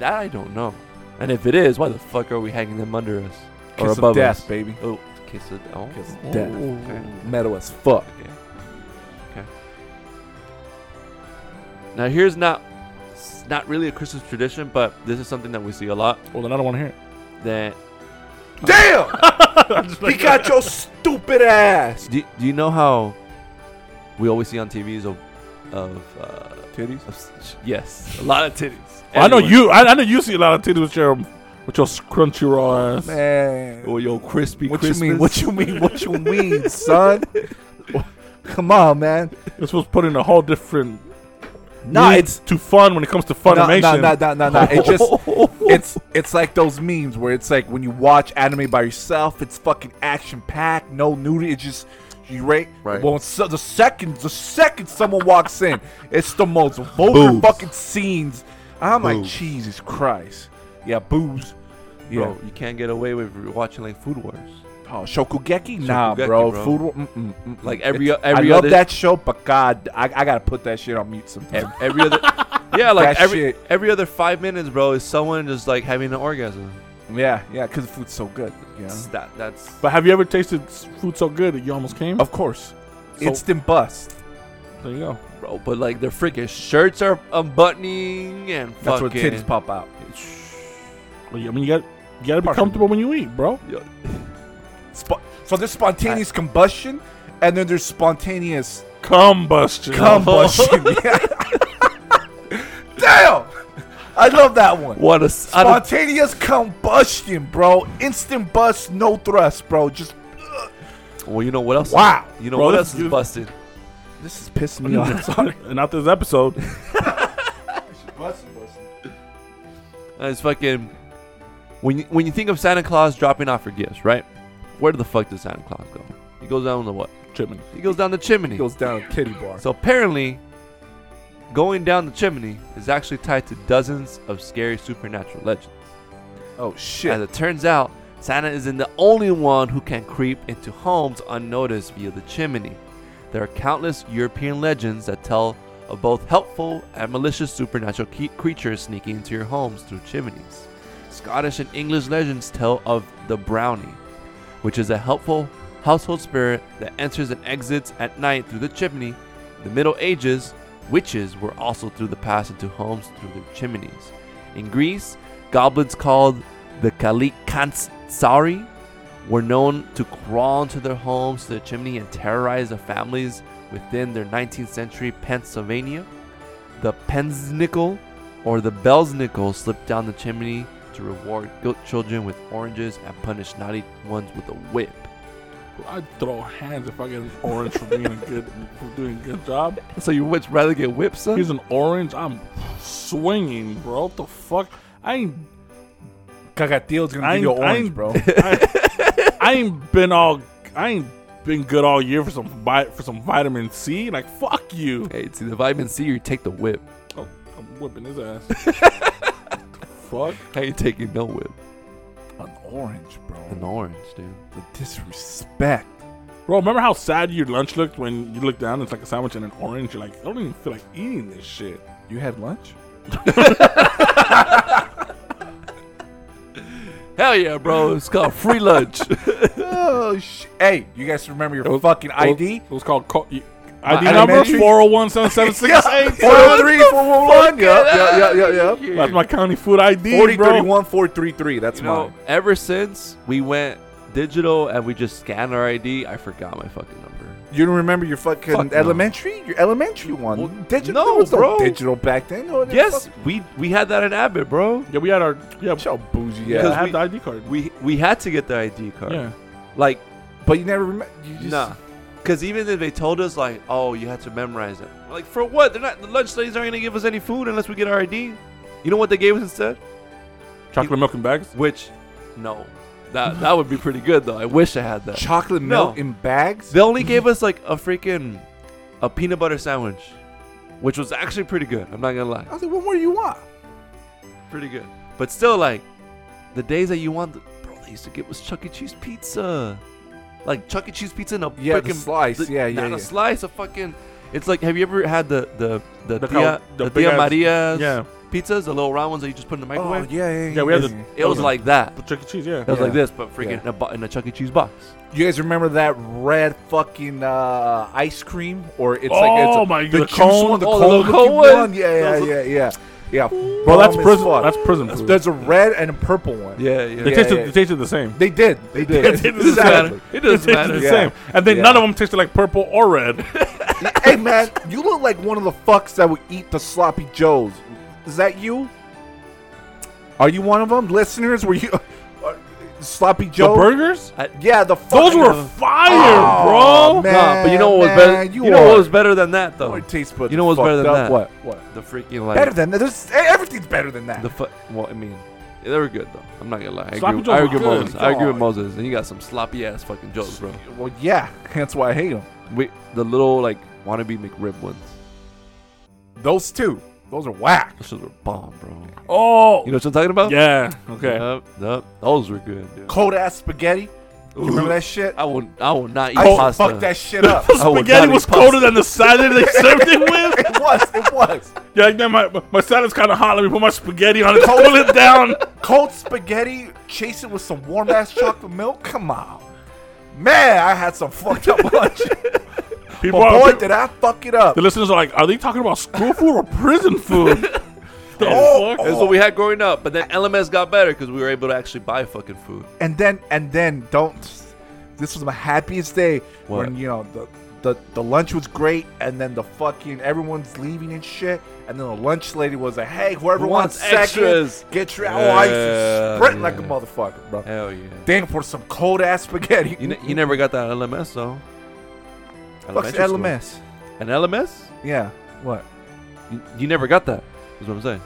Speaker 5: That I don't know. And if it is, why the fuck are we hanging them under us
Speaker 3: Kiss of death, baby.
Speaker 5: Oh, kiss of oh,
Speaker 3: Kiss of
Speaker 5: oh,
Speaker 3: death.
Speaker 5: Okay.
Speaker 3: Metal as fuck.
Speaker 5: okay. Okay. Now here's not it's not really a Christmas tradition, but this is something that we see a lot.
Speaker 1: Well, then I don't want to hear it.
Speaker 5: That
Speaker 3: Damn! he got your stupid ass.
Speaker 5: do, do you know how we always see on TVs of of, uh,
Speaker 3: Titties.
Speaker 5: of s- yes, a lot of titties.
Speaker 1: I know
Speaker 5: Everywhere.
Speaker 1: you. I, I know you see a lot of titties with your with your crunchy raw ass.
Speaker 3: Man.
Speaker 5: Or your crispy
Speaker 3: What
Speaker 5: Christmas.
Speaker 3: you mean? What you mean? What you mean, son? Come on, man.
Speaker 1: This was put in a whole different
Speaker 3: No,
Speaker 7: Nah, it's
Speaker 3: it's-
Speaker 7: too fun when it comes to
Speaker 3: No,
Speaker 7: Funimation.
Speaker 3: no, no, no, no, no. It just it's it's like those memes where it's like when you watch anime by yourself, it's fucking action packed, no nudity. It's just you right.
Speaker 5: Right.
Speaker 3: Well, so the second the second someone walks in, it's the most vulgar
Speaker 7: Boobs.
Speaker 3: fucking scenes. I'm like,
Speaker 7: Boobs.
Speaker 3: Jesus Christ. Yeah, boobs. Yeah.
Speaker 5: Bro, you can't get away with re- watching like Food Wars.
Speaker 3: Oh, Shokugeki? Nah,
Speaker 5: Shokugeki,
Speaker 3: bro. mm,
Speaker 5: bro.
Speaker 3: Food. Mm-mm, mm-mm.
Speaker 5: Like every
Speaker 3: It's-
Speaker 5: every
Speaker 3: I love
Speaker 5: other
Speaker 3: that show, but God, I, I gotta put that shit on mute sometimes.
Speaker 5: ev- every other yeah like
Speaker 3: That
Speaker 5: every
Speaker 3: shit.
Speaker 5: every other five minutes, bro, is someone just like having an orgasm.
Speaker 3: yeah, yeah, because the food's so good. Yeah.
Speaker 5: It's That that's
Speaker 1: But have you ever tasted s- food so good that you almost came?
Speaker 3: Of course.
Speaker 5: So-
Speaker 3: Instant bust.
Speaker 1: There you go.
Speaker 5: bro. But like their freaking shirts are unbuttoning and
Speaker 3: That's where
Speaker 5: fucking.
Speaker 3: titties pop out.
Speaker 1: Well, you- I mean, you got you got to be
Speaker 3: Perfect.
Speaker 1: comfortable when you eat, bro.
Speaker 5: Yo,
Speaker 3: Spo- so there's spontaneous combustion, and then there's spontaneous
Speaker 7: Combustion.
Speaker 3: combustion. Yeah. Damn! I love that one.
Speaker 5: What a s- I don't-
Speaker 3: Spontaneous combustion, bro. Instant bust, no thrust, bro. Just
Speaker 5: well, you know what else?
Speaker 3: Wow.
Speaker 5: you know
Speaker 1: Bro,
Speaker 5: what
Speaker 1: this
Speaker 5: else is
Speaker 1: dude-
Speaker 5: busted?
Speaker 3: this is pissing me off.
Speaker 1: and not this episode.
Speaker 5: Uh, It's fucking when you, when you think of Santa Claus dropping off your gifts, right? Where the fuck does Santa Claus go? He goes down the what?
Speaker 1: Chipman.
Speaker 5: He goes down the chimney.
Speaker 3: It goes down a titty bar.
Speaker 5: So apparently, going down the chimney is actually tied to dozens of scary supernatural legends.
Speaker 3: Oh
Speaker 5: As
Speaker 3: shit.
Speaker 5: it turns out, Santa isn't the only one who can creep into homes unnoticed via the chimney. There are countless European legends that tell of both helpful and malicious supernatural ke- creatures sneaking into your homes through chimneys. Scottish and English legends tell of the brownie, which is a helpful household spirit that enters and exits at night through the chimney. In the Middle Ages, witches were also through the pass into homes through their chimneys. In Greece, goblins called the Kalikansari were known to crawl into their homes to the chimney and terrorize the families within their 19th century Pennsylvania. The Pensnickel or the Bellsnickel slipped down the chimney to reward guilt children with oranges and punish naughty ones with a whip.
Speaker 1: I'd throw hands if I get an orange for being a good for doing a good job.
Speaker 5: So you would rather get whipped, son?
Speaker 1: Here's an orange. I'm swinging, bro. What the fuck? I ain't
Speaker 3: Cagatil's gonna
Speaker 1: I
Speaker 3: give you an
Speaker 1: ain't- I
Speaker 3: orange,
Speaker 1: ain't-
Speaker 3: bro.
Speaker 1: I, I ain't been all I ain't been good all year for some vi- for some vitamin C. Like fuck you.
Speaker 5: Hey, it's either vitamin C or you take the whip.
Speaker 1: Oh, I'm whipping his ass. fuck.
Speaker 5: I ain't taking no whip.
Speaker 3: An orange,
Speaker 5: An
Speaker 3: bro.
Speaker 5: orange, dude.
Speaker 3: The disrespect.
Speaker 1: Bro, remember how sad your lunch looked when you looked down? It's like a sandwich and an orange. You're like, I don't even feel like eating this shit.
Speaker 3: You had lunch?
Speaker 5: Hell yeah, bro. It's called free lunch.
Speaker 3: Oh sh- Hey, you guys remember your
Speaker 5: Oh,
Speaker 1: It was-
Speaker 3: fucking
Speaker 1: it was-
Speaker 3: ID?
Speaker 1: It was called co- y- ID number
Speaker 3: elementary-
Speaker 1: four zero one seven seven six eight.
Speaker 3: 403, 411. Yep, yep, yep, yep, yep.
Speaker 1: That's my county food ID,
Speaker 3: 40,
Speaker 1: bro.
Speaker 3: 31, 433. That's
Speaker 5: You know,
Speaker 3: mine.
Speaker 5: ever since we went digital and we just scanned our ID, I forgot my fucking number.
Speaker 3: You don't remember your fucking
Speaker 5: Fuck no.
Speaker 3: elementary? Your elementary one.
Speaker 5: Well,
Speaker 3: digital?
Speaker 5: no,
Speaker 3: there was
Speaker 5: bro.
Speaker 3: digital back then. No, there
Speaker 5: Yes,
Speaker 3: fuck-
Speaker 5: we we had that in Abbott, bro.
Speaker 1: Yeah, we had our yeah.
Speaker 3: Show
Speaker 1: Yeah,
Speaker 3: bougie.
Speaker 1: I
Speaker 3: Yeah.
Speaker 5: Because
Speaker 1: had
Speaker 5: we-
Speaker 1: the ID card.
Speaker 5: We we had to get the ID card.
Speaker 1: yeah.
Speaker 5: Like
Speaker 3: But you never remember. You just,
Speaker 5: nah, because even if they told us like, oh, you had to memorize it. Like for what? They're not the lunch ladies aren't gonna give us any food unless we get our ID. You know what they gave us instead?
Speaker 1: Chocolate milk and bags.
Speaker 5: Which, no, that that would be pretty good though. I wish I had that.
Speaker 3: Chocolate
Speaker 5: No.
Speaker 3: milk in bags?
Speaker 5: They only gave us like a freaking a peanut butter sandwich, which was actually pretty good. I'm not gonna lie.
Speaker 3: I was like, what more do you want?
Speaker 5: pretty good. But still, like the days that you want, the, bro, they used to get was Chuck E. Cheese pizza, like Chuck E. Cheese pizza in a
Speaker 3: Yeah, the
Speaker 5: freaking
Speaker 3: slice. Yeah, yeah,
Speaker 5: not
Speaker 3: yeah.
Speaker 5: a slice, a fucking. It's like, have you ever had the the the,
Speaker 1: The
Speaker 5: tia,
Speaker 1: cow- the
Speaker 5: the,
Speaker 1: big
Speaker 5: tia
Speaker 1: ass-
Speaker 5: Maria's
Speaker 1: yeah.
Speaker 5: pizzas, the little round ones that you just put in the
Speaker 3: Oh, yeah,
Speaker 5: microwave?
Speaker 3: yeah, yeah.
Speaker 1: Yeah, we had the-
Speaker 5: It was
Speaker 1: yeah.
Speaker 5: like that.
Speaker 1: The Chuck E. Cheese. Yeah.
Speaker 5: It was like
Speaker 3: Yeah.
Speaker 5: this, but freaking
Speaker 3: Yeah.
Speaker 5: in, a, bo- in a Chuck E. Cheese box.
Speaker 3: You guys remember that red fucking uh, ice cream, or it's like it's
Speaker 1: Oh my
Speaker 3: the
Speaker 1: God, the
Speaker 3: juice
Speaker 1: cone?
Speaker 3: one, the
Speaker 5: Oh, the
Speaker 3: cone
Speaker 5: little
Speaker 3: looking
Speaker 5: cone one?
Speaker 3: one. Yeah,
Speaker 5: Those
Speaker 3: yeah, yeah, yeah, yeah.
Speaker 1: Bro, that's
Speaker 3: Bomb as
Speaker 1: prison.
Speaker 3: fuck.
Speaker 1: That's prison food.
Speaker 3: There's a red and a purple one.
Speaker 5: Yeah, yeah.
Speaker 1: they
Speaker 3: yeah,
Speaker 1: tasted.
Speaker 3: yeah.
Speaker 1: They tasted the same.
Speaker 3: They did. They did.
Speaker 1: It doesn't matter.
Speaker 5: It
Speaker 1: They
Speaker 5: doesn't
Speaker 1: tasted
Speaker 5: matter.
Speaker 1: the
Speaker 3: Yeah.
Speaker 1: same. And then
Speaker 3: Yeah.
Speaker 1: none of them tasted like purple or red.
Speaker 3: hey man, you look like one of the fucks that would eat the sloppy joes. Is that you? Are you one of them, listeners? Were you? uh, sloppy
Speaker 7: The
Speaker 3: Joe.
Speaker 7: burgers?
Speaker 5: I-
Speaker 3: yeah, the
Speaker 7: Those
Speaker 3: fucking-
Speaker 7: were fire,
Speaker 3: Oh,
Speaker 7: bro.
Speaker 3: man.
Speaker 5: Nah, but you know what was
Speaker 3: man,
Speaker 5: better?
Speaker 3: you
Speaker 5: You, know
Speaker 3: are-
Speaker 5: what was better than that though?
Speaker 3: Your taste buds
Speaker 5: You know what's
Speaker 3: fucked
Speaker 5: better than
Speaker 3: up.
Speaker 5: that?
Speaker 3: What? What?
Speaker 5: The freaking like
Speaker 3: better than that. There's, e-, everything's better than that.
Speaker 5: the fu- Well, I mean, they were good though. I'm not gonna lie. I
Speaker 1: Sloppy
Speaker 5: agree, with-
Speaker 1: Joes
Speaker 5: I
Speaker 1: were
Speaker 5: agree with
Speaker 1: good.
Speaker 5: Moses. I agree with
Speaker 3: God.
Speaker 5: Moses. And you got some sloppy ass fucking jokes, bro.
Speaker 3: well, yeah, that's why I hate them.
Speaker 5: We the little like wannabe McRib ones.
Speaker 3: Those two, those are whack.
Speaker 5: Those shit were bomb, bro.
Speaker 1: Oh,
Speaker 5: You know what I'm talking about?
Speaker 1: yeah. Okay.
Speaker 5: Yup, yup. Those were good. Dude.
Speaker 3: Cold ass spaghetti. You remember that shit?
Speaker 5: I will. I will not eat
Speaker 3: I used to
Speaker 5: pasta.
Speaker 3: fuck that shit up.
Speaker 7: The
Speaker 5: I would
Speaker 7: spaghetti
Speaker 5: not
Speaker 7: was
Speaker 5: eat pasta.
Speaker 7: colder than the salad they served it with.
Speaker 3: it was. It was.
Speaker 7: Yeah, like, man, my, my salad's kind of hot. Let me put my spaghetti on it. Cool it down.
Speaker 3: Cold spaghetti, chase it with some warm ass chocolate milk. Come on, man. I had some fucked up lunch.
Speaker 7: People
Speaker 3: But
Speaker 7: are,
Speaker 3: boy, did I fuck it up.
Speaker 7: the listeners are like, are they talking about school food or prison food? the
Speaker 3: Oh,
Speaker 7: fuck?
Speaker 5: That's what we had growing up, but then LMS got better because we were able to actually buy fucking food.
Speaker 3: and then and then don't this was my happiest day
Speaker 5: What?
Speaker 3: when you know the, the the lunch was great and then the fucking everyone's leaving and shit and then the lunch lady was like hey whoever
Speaker 5: Who
Speaker 3: wants,
Speaker 5: wants extras?"
Speaker 3: second get your yeah, ice and
Speaker 5: Yeah,
Speaker 3: sprint like a
Speaker 5: yeah.
Speaker 3: motherfucker bro
Speaker 5: Hell yeah.
Speaker 3: damn for some cold ass spaghetti
Speaker 5: You, ne- you never got that LMS though.
Speaker 3: fucks
Speaker 5: Elementary school.
Speaker 3: LMS
Speaker 5: An LMS?
Speaker 3: yeah what
Speaker 5: You, you never got that. Is what I'm saying.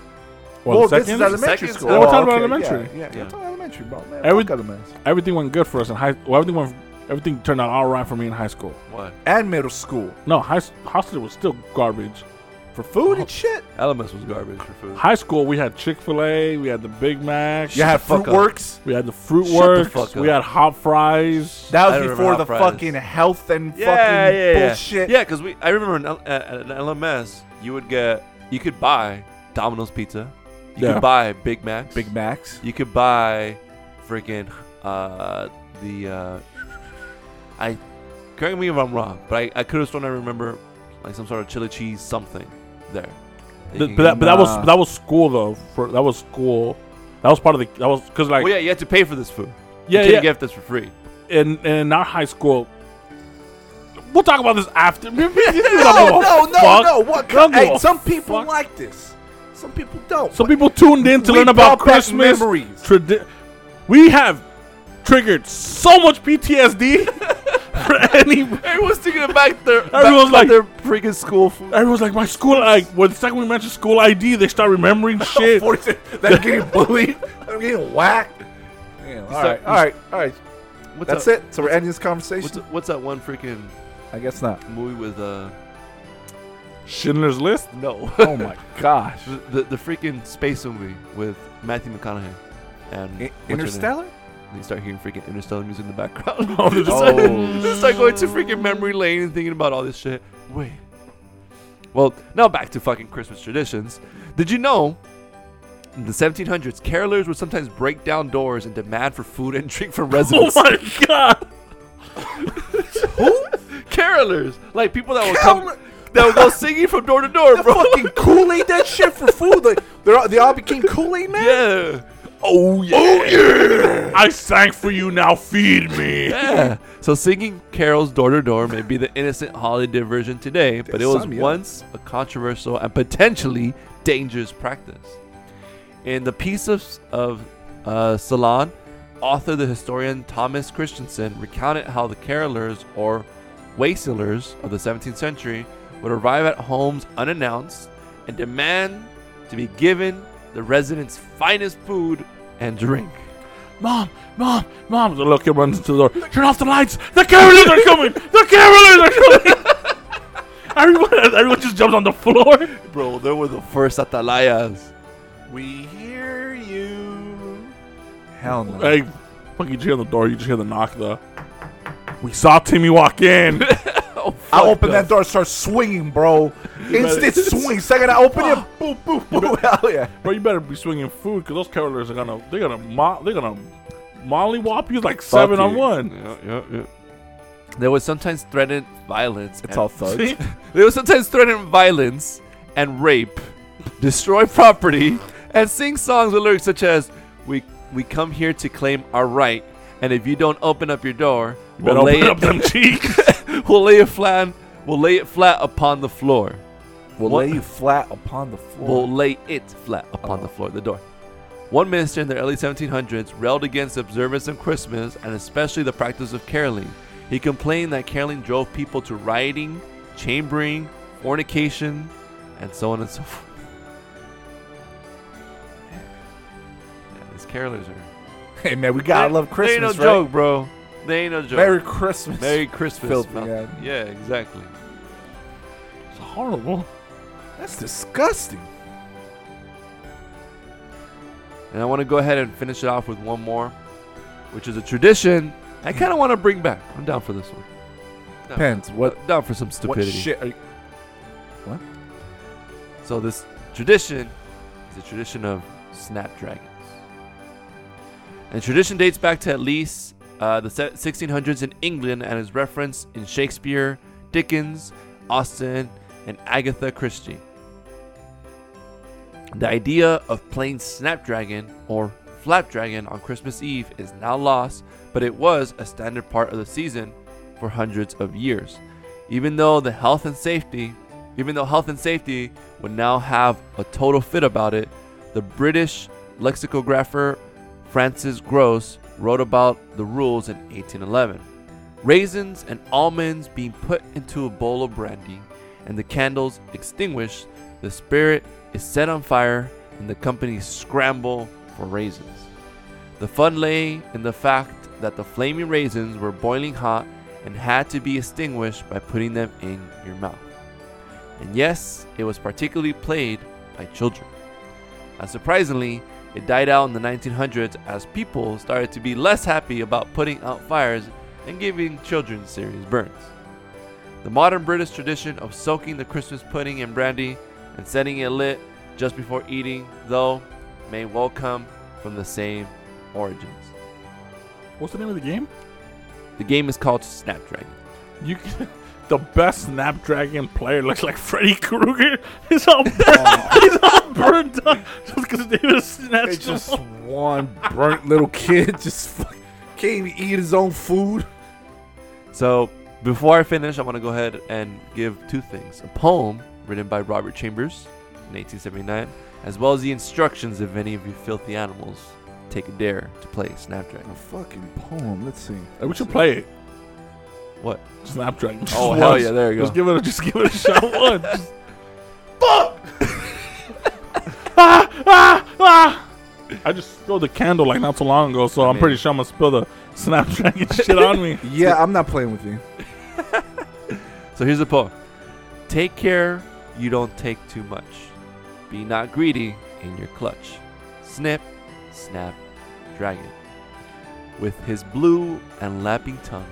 Speaker 1: Well,
Speaker 3: Well,
Speaker 1: the
Speaker 3: this is
Speaker 1: second,
Speaker 3: elementary
Speaker 5: Second
Speaker 3: school. Oh,
Speaker 5: school.
Speaker 1: We're talking about
Speaker 3: okay,
Speaker 1: elementary.
Speaker 3: Yeah, yeah,
Speaker 5: Yeah.
Speaker 3: we're talking elementary, bro. Man,
Speaker 1: Every-
Speaker 3: fuck elements.
Speaker 1: everything went good for us in high. Well, everything went. Everything turned out all right for me in high school.
Speaker 5: What?
Speaker 3: And middle school.
Speaker 1: No, high s- hostel was still garbage. Oh.
Speaker 3: For food and shit.
Speaker 5: LMS was garbage for food.
Speaker 1: High school, we had Chick Fil A, we had the Big Mac,
Speaker 3: You had
Speaker 5: fuck
Speaker 3: Fruit
Speaker 5: up.
Speaker 3: Works.
Speaker 1: we had the Fruit
Speaker 5: Shut the
Speaker 1: Works,
Speaker 5: fuck
Speaker 1: we
Speaker 5: up.
Speaker 1: had hot fries.
Speaker 3: That
Speaker 5: I
Speaker 3: was
Speaker 5: don't remember
Speaker 3: before
Speaker 5: how
Speaker 3: the
Speaker 5: fries.
Speaker 3: fucking health and
Speaker 5: yeah,
Speaker 3: fucking
Speaker 5: yeah, yeah.
Speaker 3: bullshit.
Speaker 5: Yeah, because we. I remember an, L- at at an LMS, you would get, you could buy Domino's pizza, you
Speaker 1: Yeah.
Speaker 5: could buy Big Macs,
Speaker 3: Big Macs.
Speaker 5: you could buy, freaking, uh, the, uh, I, correct me if I'm wrong, but I, I could have sworn I remember, like some sort of chili cheese something there.
Speaker 1: Th- but, that, but that
Speaker 3: Nah.
Speaker 1: was that was school though. For that was school. That was part of the that was because like
Speaker 5: well, yeah, you had to pay for this food.
Speaker 1: yeah
Speaker 5: you
Speaker 1: yeah.
Speaker 5: can't get this for free.
Speaker 1: in in our high school, we'll talk about this after. no,
Speaker 3: No, no, no, no. What?
Speaker 1: Don't give
Speaker 3: hey,
Speaker 1: a
Speaker 3: some people
Speaker 1: fuck.
Speaker 3: like this. Some people don't.
Speaker 1: Some people tuned in to
Speaker 3: We
Speaker 1: learn about
Speaker 3: brought back
Speaker 1: Christmas.
Speaker 3: memories.
Speaker 1: Tradi- we have triggered so much PTSD for any.
Speaker 5: Everyone's thinking back their
Speaker 1: Everyone's like-
Speaker 5: their freaking school food.
Speaker 1: Everyone's like, my school, like, when the second we mention school ID, they start remembering shit.
Speaker 3: They're getting bullied. They're getting whacked. Damn, all right, all right, all right.
Speaker 5: What's
Speaker 3: That's
Speaker 5: that,
Speaker 3: it. So we're ending this conversation.
Speaker 5: What's, what's that one freaking
Speaker 3: I guess not.
Speaker 5: movie with uh
Speaker 1: Schindler's List.
Speaker 5: no
Speaker 3: Oh my gosh.
Speaker 5: the, the the freaking space movie with Matthew McConaughey and what's her
Speaker 3: I-
Speaker 5: name?
Speaker 3: Interstellar.
Speaker 5: You start hearing freaking Interstellar music in the background.
Speaker 1: Oh,
Speaker 5: just,
Speaker 3: oh.
Speaker 5: start, just start going to freaking memory lane and thinking about all this shit. Wait. Well, now back to fucking Christmas traditions. Did you know? In the 1700s, carolers would sometimes break down doors and demand for food and drink from
Speaker 1: Oh
Speaker 5: residents.
Speaker 1: my god.
Speaker 5: carolers, like people that would come, that would go singing from door to door, bro.
Speaker 3: Fucking Kool Aid that shit for food. Like they're all, they all became Kool Aid man.
Speaker 5: Yeah.
Speaker 3: Oh yeah. Oh yeah.
Speaker 1: I sang for you, now feed me.
Speaker 5: Yeah. So singing carols door to door may be the innocent holiday diversion today, but it was
Speaker 3: some, yeah.
Speaker 5: once a controversial and potentially dangerous practice. In the piece of, of uh, Salon, author the historian Thomas Christensen recounted how the carolers or wastelers of the 17th century would arrive at homes unannounced and demand to be given the residents' finest food and drink.
Speaker 1: Mom, mom, mom. The little kid runs into the door. Turn off the lights. The carolers are coming. The carolers are coming. everyone, everyone just jumps on the floor.
Speaker 5: Bro, they were the first atalayas.
Speaker 3: We hear you. Hell no.
Speaker 1: Hey, fucking you just hear the door. You just hear the knock. The we saw Timmy walk in.
Speaker 3: I open that door, start swinging, bro. Instant swing. Second I open it, boop, boop, boop. Hell yeah.
Speaker 1: Bro, you better be swinging food because those carolers are gonna they're gonna mo- they're gonna mollywop you like seven on one.
Speaker 5: Yeah, yeah, yeah. They would sometimes threaten violence.
Speaker 3: It's
Speaker 5: and-
Speaker 3: all thugs.
Speaker 1: See?
Speaker 5: They would sometimes threaten violence and rape, destroy property, and sing songs with lyrics such as "We we come here to claim our right, and if you don't open up your door,
Speaker 1: Better
Speaker 5: we'll lay
Speaker 1: open up
Speaker 5: it,
Speaker 1: them cheeks.
Speaker 5: we'll lay it flat, we'll lay it flat upon the floor."
Speaker 3: We'll
Speaker 5: What?
Speaker 3: lay you flat upon the floor.
Speaker 5: will lay it flat upon the floor, the door. One minister in the early 1700s railed against the observance of Christmas and especially the practice of caroling. He complained that caroling drove people to rioting, chambering, fornication, and so on and so forth. Man, these carolers are.
Speaker 3: Hey man, we gotta love Christmas,
Speaker 5: They ain't no
Speaker 3: right?
Speaker 5: joke, bro. They ain't no joke.
Speaker 3: Merry Christmas.
Speaker 5: Merry Christmas.
Speaker 3: Filthy,
Speaker 5: mouth-
Speaker 3: yeah.
Speaker 5: yeah, exactly.
Speaker 7: It's horrible.
Speaker 3: That's disgusting.
Speaker 5: And I want to go ahead and finish it off with one more, which is a tradition I kind of want to bring back. I'm down for this one. Down for-
Speaker 3: Depends what
Speaker 5: down for some
Speaker 3: what
Speaker 5: stupidity.
Speaker 3: shit. Are you,
Speaker 5: So this tradition is a tradition of snapdragons. And tradition dates back to at least uh, the se- 1600s in England and is referenced in Shakespeare, Dickens, Austen, and Agatha Christie. The idea of playing snapdragon or flapdragon on Christmas Eve is now lost, but it was a standard part of the season for hundreds of years. Even though the health and safety, even though health and safety would now have a total fit about it, the British lexicographer Francis Gross wrote about the rules in 1811. Raisins and almonds being put into a bowl of brandy and the candles extinguished, the spirit is set on fire and the company scramble for raisins. The fun lay in the fact that the flaming raisins were boiling hot and had to be extinguished by putting them in your mouth. And yes, it was particularly played by children. Unsurprisingly, it died out in the 1900s as people started to be less happy about putting out fires and giving children serious burns. The modern British tradition of soaking the Christmas pudding in brandy and setting it lit just before eating, though, may well come from the same origins.
Speaker 1: What's the name of the game?
Speaker 5: The game is called Snapdragon.
Speaker 7: You, can- the best Snapdragon player looks like Freddy Krueger. He's all burnt, he's all burnt up just because David snatched
Speaker 3: it's just
Speaker 7: him.
Speaker 3: one burnt little kid just fuck, can't even eat his own food.
Speaker 5: So, before I finish, I want to go ahead and give two things a poem written by Robert Chambers in 1879, as well as the instructions if any of you filthy animals take a dare to play Snapdragon.
Speaker 3: A fucking poem. Let's see.
Speaker 1: Hey, we should play it.
Speaker 5: What?
Speaker 1: Snapdragon. Just
Speaker 5: Oh, hell
Speaker 1: once.
Speaker 5: yeah, there you
Speaker 1: Just
Speaker 5: go.
Speaker 1: give it. A, just give it a shot once. Just-
Speaker 7: Ah, ah. I just spilled the candle like not so long ago, so
Speaker 5: I
Speaker 7: I'm
Speaker 5: mean-
Speaker 7: pretty sure I'm gonna spill the Snapdragon shit on me.
Speaker 3: Yeah, I'm not playing with you.
Speaker 5: So, here's the poem Take care you don't take too much. Be not greedy in your clutch. Snip, snap, dragon. With his blue and lapping tongue,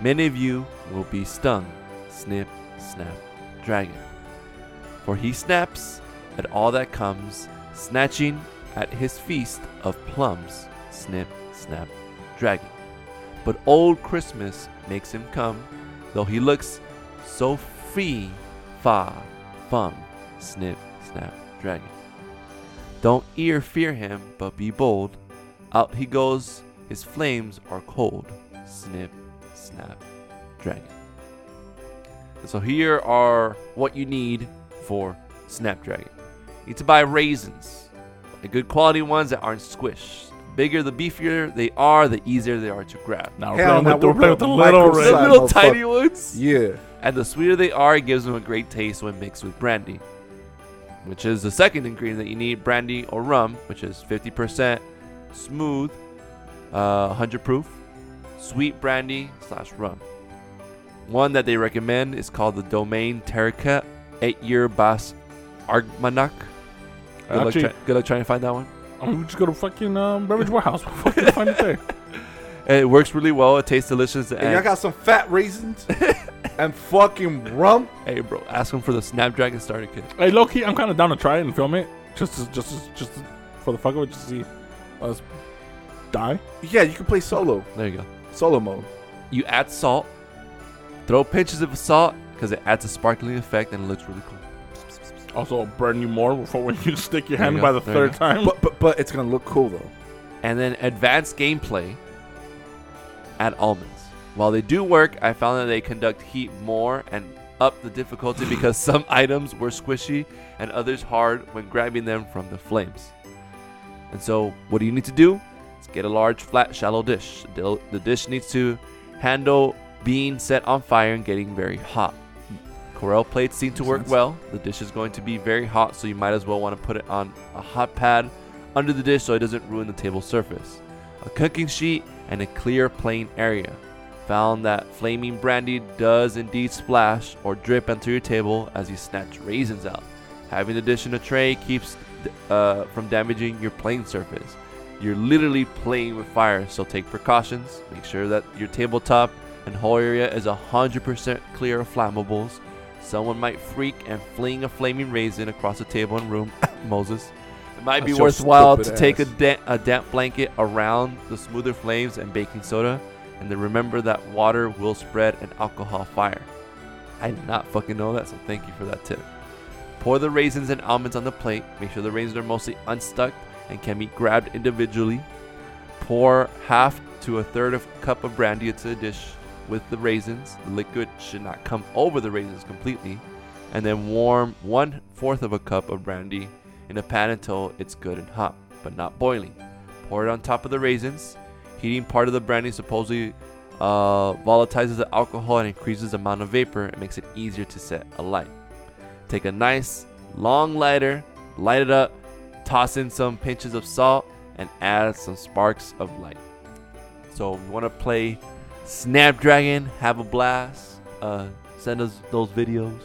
Speaker 5: many of you will be stung. Snip, snap, dragon. For he snaps at all that comes, snatching at his feast of plums. Snip, snap, dragon. But old Christmas makes him come, though he looks so free, fa, fum. Snip, snap, dragon. Don't ear fear him, but be bold. Out he goes, his flames are cold. Snip, snap, dragon. So here are what you need for Snapdragon. You need to buy raisins, the good quality ones that aren't squished. The bigger, the beefier they are, the easier they are to grab.
Speaker 1: now we're
Speaker 3: Hell
Speaker 1: playing
Speaker 3: no,
Speaker 1: with, the-
Speaker 3: we're
Speaker 1: we're playing with the
Speaker 3: playing
Speaker 1: little
Speaker 3: micro
Speaker 1: red.
Speaker 5: the
Speaker 3: Right,
Speaker 5: little
Speaker 3: motherfucker.
Speaker 5: tiny ones.
Speaker 3: Yeah.
Speaker 5: And the sweeter they are, it gives them a great taste when mixed with brandy, which is the second ingredient that you need brandy or rum, which is 50% smooth, uh, 100 proof, sweet brandy slash rum. One that they recommend is called the Domaine Terrica 8 Year Bass Argmanac. Good, luck
Speaker 1: Actually-
Speaker 5: try- good luck trying to find that one.
Speaker 1: I mean, we just go to fucking um, beverage warehouse. We'll fucking find it there.
Speaker 5: And it works really well. It tastes delicious. And,
Speaker 3: And y'all got some fat raisins and fucking rum.
Speaker 5: hey, bro, ask them for the Snapdragon Starter Kit.
Speaker 1: Hey, low key, I'm kind of down to try it and film it, just to, just to, just to- for the fuck of it, just to see us die.
Speaker 3: Yeah, you can play solo,
Speaker 5: There you go.
Speaker 3: solo mode.
Speaker 5: you add salt. Throw pinches of salt because it adds a sparkling effect and it looks really cool.
Speaker 1: Also, it'll burn you more before when you stick your
Speaker 5: There
Speaker 1: hand
Speaker 5: you
Speaker 1: by
Speaker 5: go,
Speaker 1: the
Speaker 5: there you
Speaker 1: third time.
Speaker 3: But but but it's gonna look cool though.
Speaker 5: And then advanced gameplay. Add almonds. While they do work, I found that they conduct heat more and up the difficulty because some items were squishy and others hard when grabbing them from the flames. And so, what do you need to do? Is get a large, flat, shallow dish. The dil- The dish needs to handle being set on fire and getting very hot. Corel plates seem to work well. The dish is going to be very hot, so you might as well want to put it on a hot pad under the dish so it doesn't ruin the table surface. A cooking sheet and a clear, plain area. Found that flaming brandy does indeed splash or drip onto your table as you snatch raisins out. Having the dish in a tray keeps uh, from damaging your plain surface. You're literally playing with fire, so take precautions. Make sure that your tabletop and whole area is 100% clear of flammables. Someone might freak and fling a flaming raisin across the table and room. Moses. It might be
Speaker 3: That's your
Speaker 5: worthwhile to
Speaker 3: stupid
Speaker 5: take a,
Speaker 3: ass.
Speaker 5: da- a damp blanket around the smoother flames and baking soda, and then remember that water will spread an alcohol fire. I did not fucking know that, so thank you for that tip. Pour the raisins and almonds on the plate. Make sure the raisins are mostly unstuck and can be grabbed individually. Pour half to a third of cup of brandy into the dish with the raisins. The liquid should not come over the raisins completely. And then warm one fourth of a cup of brandy in a pan until it's good and hot, but not boiling. Pour it on top of the raisins. Heating part of the brandy supposedly uh, volatilizes the alcohol and increases the amount of vapor and makes it easier to set alight. Take a nice long lighter, light it up, toss in some pinches of salt, and add some sparks of light. So if you want to play Snapdragon, have a blast. Uh, send us those videos,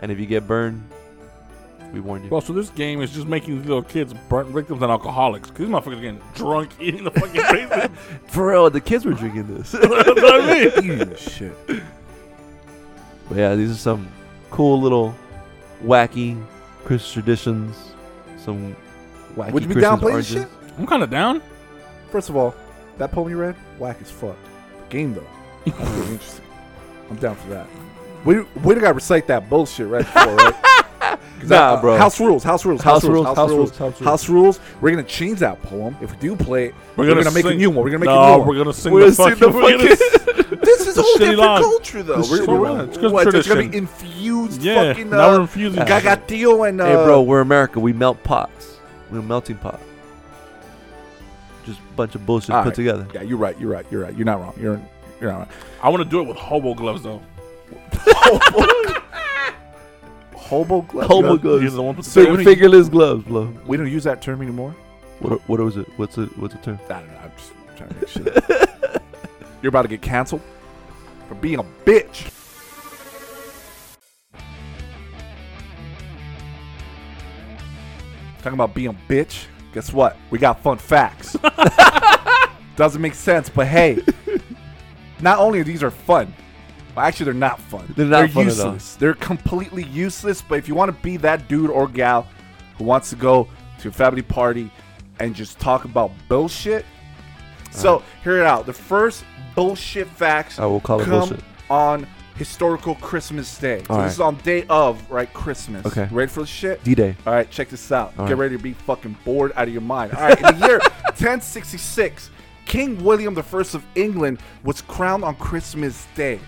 Speaker 5: and if you get burned, we warned you.
Speaker 7: Bro, so this game is just making these little kids burnt victims and alcoholics. 'cause these motherfuckers getting drunk, eating the fucking raisins.
Speaker 5: For real, the kids were drinking this.
Speaker 7: That's what I mean.
Speaker 3: Shit.
Speaker 5: But yeah, these are some cool little wacky Christmas traditions. Some wacky
Speaker 3: Would you be
Speaker 5: Christmas
Speaker 3: down playing this
Speaker 5: origins.
Speaker 7: I'm kind of down.
Speaker 3: First of all, that poem you read, whack as fuck. Game though, That's really interesting. I'm down for that. We we gotta recite that bullshit right before, right? 'Cause
Speaker 5: Nah,
Speaker 3: I- I-
Speaker 5: bro.
Speaker 3: House rules, house rules,
Speaker 5: House rules, house rules,
Speaker 3: house
Speaker 5: house
Speaker 3: rules.
Speaker 5: rules.
Speaker 3: House rules. We're gonna change that poem. If we do play it, we're gonna, make a
Speaker 7: sing-
Speaker 3: new one. We're gonna make
Speaker 7: no,
Speaker 3: a new
Speaker 7: we're
Speaker 3: one.
Speaker 7: gonna sing
Speaker 5: We're
Speaker 7: the
Speaker 5: gonna sing
Speaker 7: fucking.
Speaker 5: the
Speaker 7: we're gonna
Speaker 5: fucking-
Speaker 7: s-
Speaker 3: This is
Speaker 7: The
Speaker 3: all
Speaker 7: shitty
Speaker 3: different
Speaker 7: line.
Speaker 3: culture though.
Speaker 7: The shitty
Speaker 3: we're,
Speaker 7: line. It's
Speaker 3: we're,
Speaker 7: 'cause
Speaker 3: what, it's gonna be
Speaker 7: tradition.
Speaker 3: infused
Speaker 7: Yeah,
Speaker 3: fucking
Speaker 7: now we're
Speaker 3: uh,
Speaker 7: infusing. shit.
Speaker 3: Gagatio and uh,
Speaker 5: hey, bro, we're America. We melt pots. We're a melting pot. Just a bunch of bullshit
Speaker 3: All
Speaker 5: put
Speaker 3: right.
Speaker 5: together.
Speaker 3: Yeah, you're right. You're right. You're right. You're not wrong. You're you're not wrong.
Speaker 7: I want to do it with hobo gloves though.
Speaker 3: Hobo glove.
Speaker 5: Hobo
Speaker 7: These are
Speaker 5: gloves.
Speaker 7: the ones with the
Speaker 3: So
Speaker 7: so
Speaker 3: you
Speaker 5: Fig- Fingerless gloves, bro.
Speaker 3: We don't use that term anymore.
Speaker 5: What, what was it? What's it? What's the term?
Speaker 3: I don't know. I'm just trying to make shit. up. You're about to get canceled for being a bitch. Talking about being a bitch. Guess what? We got fun facts. Doesn't make sense, but hey, not only are these are fun, well, actually they're not fun.
Speaker 5: They're not fun at all.
Speaker 3: useless. They're completely useless. But if you want to be that dude or gal who wants to go to a family party and just talk about bullshit, so hear it out. The first bullshit facts
Speaker 5: I will Oh, call it
Speaker 3: come
Speaker 5: bullshit.
Speaker 3: on historical Christmas Day. So
Speaker 5: All
Speaker 3: this
Speaker 5: right.
Speaker 3: is on day of right Christmas.
Speaker 5: Okay.
Speaker 3: ready for the shit?
Speaker 5: D-Day.
Speaker 3: All right, check this out.
Speaker 5: All
Speaker 3: Get
Speaker 5: right.
Speaker 3: ready to be fucking bored out of your mind. All right, in the year 1066, King William I of England was crowned on Christmas Day.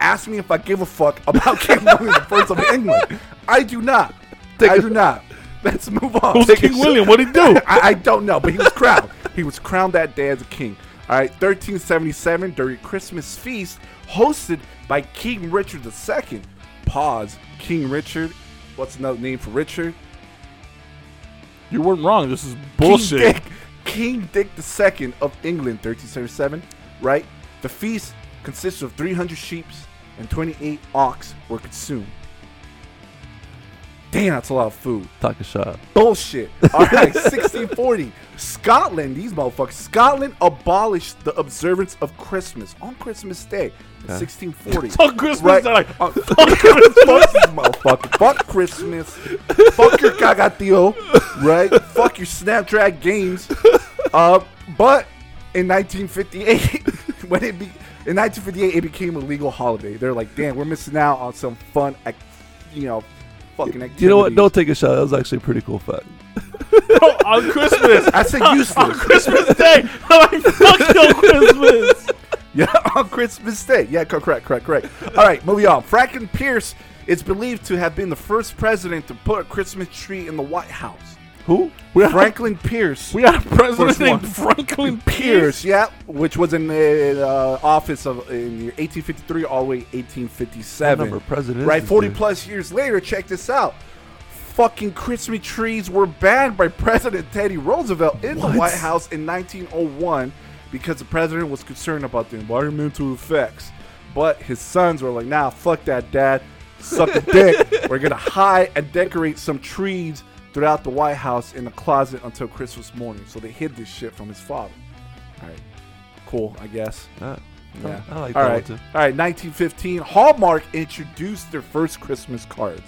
Speaker 3: Ask me if I give a fuck about King William I of England. I do not. I do not. Let's move on.
Speaker 7: Who's
Speaker 3: Take a
Speaker 7: King
Speaker 3: shot.
Speaker 7: William? What'd he do?
Speaker 3: I, I don't know, but he was crowned. he was crowned that day as a king. All right, 1377 during Christmas feast hosted by King Richard II. Pause. King Richard. What's another name for Richard?
Speaker 7: You weren't wrong. This is bullshit.
Speaker 3: King Dick, King Dick II of England, 1377, right? The feast consisted of 300 sheep and 28 ox were consumed. Damn, that's a lot of food.
Speaker 5: Talk a shot.
Speaker 3: Bullshit. All right, 1640. Scotland, these motherfuckers. Scotland abolished the observance of Christmas on Christmas Day, in 1640.
Speaker 7: Fuck Christmas. They're like,
Speaker 3: Uh, fuck Christmas, fuck these motherfuckers. Fuck Christmas. Fuck your cagatio, right? Fuck your Snapdragon games. Uh, but in 1958, when it be in 1958, it became a legal holiday. They're like, damn, we're missing out on some fun, ac- you know, fucking activities.
Speaker 5: You know what? Don't take a shot. That was actually a pretty cool fact.
Speaker 7: bro, on Christmas.
Speaker 3: I said useless.
Speaker 7: Christmas Day. I'm like, fuck your Christmas.
Speaker 3: Yeah, on Christmas Day. Yeah, co- correct, correct, correct. All right, moving on. Franklin Pierce is believed to have been the first president to put a Christmas tree in the White House. Who? Franklin Pierce.
Speaker 7: We had a president
Speaker 3: First one.
Speaker 7: named Franklin Pierce.
Speaker 3: Pierce, yeah, which was in the uh, office of in 1853 all the way 1857.
Speaker 5: Number of presidents
Speaker 3: right,
Speaker 5: is
Speaker 3: 40
Speaker 5: there.
Speaker 3: plus years later, check this out. Fucking Christmas trees were banned by President Teddy Roosevelt in the White House in 1901 because the president was concerned about the environmental effects. But his sons were like, nah, fuck that, dad. Suck the dick. We're going to hide and decorate some trees throughout the White House in the closet until Christmas morning. So they hid this shit from his father. All right. Cool, I guess.
Speaker 5: Uh,
Speaker 3: Yeah.
Speaker 5: I like
Speaker 3: All
Speaker 5: that
Speaker 3: right.
Speaker 5: one too.
Speaker 3: All right. 1915, Hallmark introduced their first Christmas cards.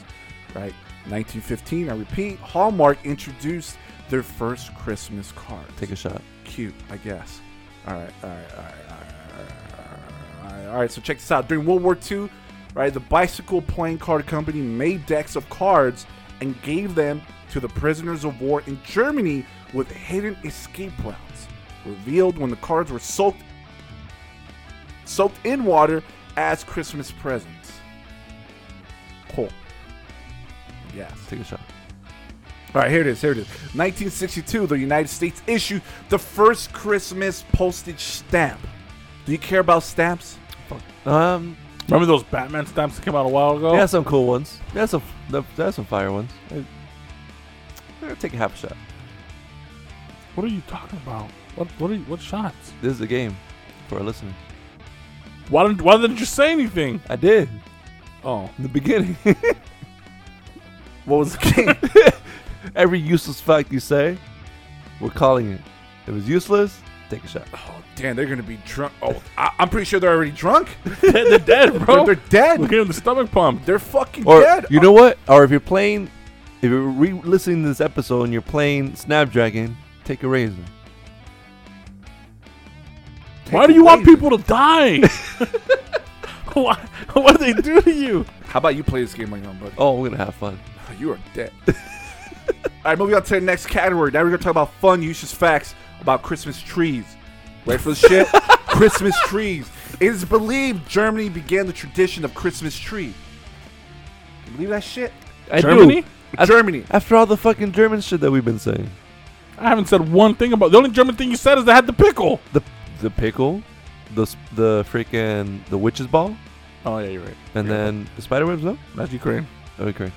Speaker 3: Right. 1915. I repeat, Hallmark introduced their first Christmas cards.
Speaker 5: Take a shot.
Speaker 3: cute, I guess. All right. All right. All right. All right. All right. All right. So check this out. During World War II, right, the Bicycle Playing Card Company made decks of cards and gave them to the prisoners of war in Germany with hidden escape routes revealed when the cards were soaked soaked in water as Christmas presents. Cool. Yes.
Speaker 5: Take a shot.
Speaker 3: All right, here it is. Here it is. 1962, the United States issued the first Christmas postage stamp. Do you care about stamps?
Speaker 5: Um,
Speaker 7: Remember those Batman stamps that came out a while ago?
Speaker 5: they had some cool ones. They had some, they they had some fire ones. I- I'll take a half shot.
Speaker 7: What are you talking about? What what are you, what shots?
Speaker 5: This is a game for our listeners.
Speaker 7: Why didn't why didn't you say anything?
Speaker 5: I did
Speaker 7: Oh,
Speaker 5: in the beginning.
Speaker 3: What was the game?
Speaker 5: Every useless fact you say, we're calling it. If it's useless, take a shot.
Speaker 3: oh, damn, they're going to be drunk. Oh, I- I'm pretty sure they're already drunk.
Speaker 7: they're dead,
Speaker 3: They're,
Speaker 7: bro.
Speaker 3: they're
Speaker 7: We
Speaker 3: dead.
Speaker 7: gave him the stomach pump.
Speaker 3: They're fucking
Speaker 5: Or
Speaker 3: dead.
Speaker 5: you know what? Or if you're playing, if you're re-listening to this episode and you're playing Snapdragon, take a razor.
Speaker 7: Why do you want people to die? Why, what do they do to you?
Speaker 3: How about you play this game on your own, buddy?
Speaker 5: Oh, we're gonna have fun.
Speaker 3: You are dead. All right, moving on to the next category. Now we're gonna talk about fun, useless facts about Christmas trees. Ready for the shit? Christmas trees. It is believed Germany began the tradition of Christmas tree. You believe that shit?
Speaker 5: I do.
Speaker 7: Germany?
Speaker 5: Af-
Speaker 3: Germany.
Speaker 5: After all the fucking German shit that we've been saying,
Speaker 7: I haven't said one thing about. The only German thing you said is they had the pickle.
Speaker 5: the the pickle, the s- the freaking the witch's ball,
Speaker 7: Oh yeah, you're right.
Speaker 5: and then the spider webs. No,
Speaker 7: That's Ukraine.
Speaker 5: okay.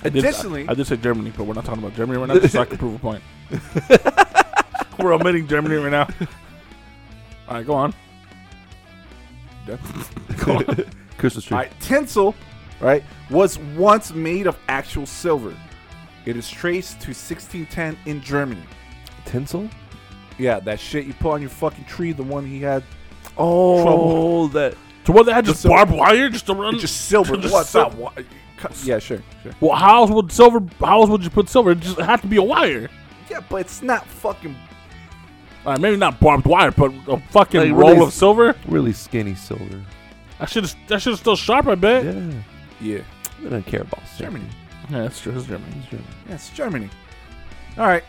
Speaker 7: I did,
Speaker 3: Additionally-
Speaker 7: I, I did say Germany, but we're not talking about Germany right now, just so I can prove a point. we're omitting Germany right now. All right, go on.
Speaker 5: Christmas tree.
Speaker 3: All right, tinsel, right, was once made of actual silver. It is traced to 1610 in Germany.
Speaker 5: Tinsel.
Speaker 3: Yeah, that shit you put on your fucking tree, the one he had.
Speaker 5: Oh,
Speaker 7: Trouble.
Speaker 5: that.
Speaker 7: So what? They had just
Speaker 3: Just so-
Speaker 7: barbed wire just to run.
Speaker 3: It's just silver.
Speaker 7: Just
Speaker 3: What's
Speaker 7: sil-
Speaker 3: up? What- Yeah, sure, sure.
Speaker 7: Well, how else would silver? How else would you put silver? It just had to be a wire.
Speaker 3: Yeah, but it's not fucking
Speaker 7: All right, maybe not barbed wire, but a fucking
Speaker 5: Like, what
Speaker 7: roll
Speaker 5: is-
Speaker 7: of silver.
Speaker 5: Really skinny silver.
Speaker 7: I should that should still sharp. I bet.
Speaker 5: Yeah.
Speaker 7: Yeah,
Speaker 3: Yeah.
Speaker 5: I don't care about silver.
Speaker 3: Germany.
Speaker 7: that's true. It's Germany.
Speaker 5: Germany.
Speaker 3: Yes, Germany. All right.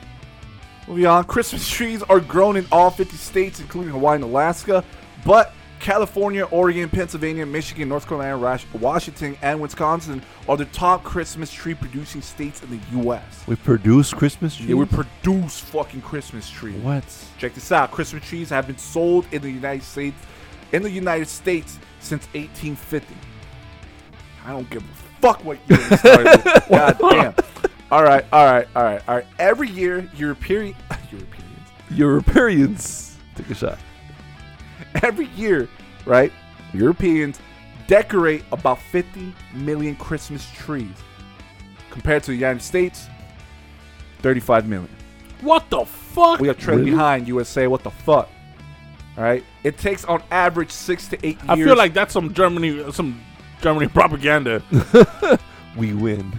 Speaker 3: Moving on. Christmas trees are grown in all 50 states, including Hawaii and Alaska, but California, Oregon, Pennsylvania, Michigan, North Carolina, Rash- Washington, and Wisconsin are the top Christmas tree producing states in the U.S.
Speaker 5: We produce Christmas trees.
Speaker 3: Yeah, we produce fucking Christmas trees.
Speaker 5: what?
Speaker 3: Check this out. Christmas trees have been sold in the United States in the United States since 1850. I don't give a fuck what year it started. God damn. All right, all right, all right, all right. Every year, European Europeans.
Speaker 5: Europeans. Take a shot.
Speaker 3: Every year, right? Europeans decorate about 50 million Christmas trees. Compared to the United States, 35 million.
Speaker 7: What the fuck?
Speaker 3: We are trailing
Speaker 5: Really?
Speaker 3: behind USA. What the fuck? All right. It takes on average six to eight years.
Speaker 7: I feel like that's some Germany, some Germany propaganda. All
Speaker 5: We win.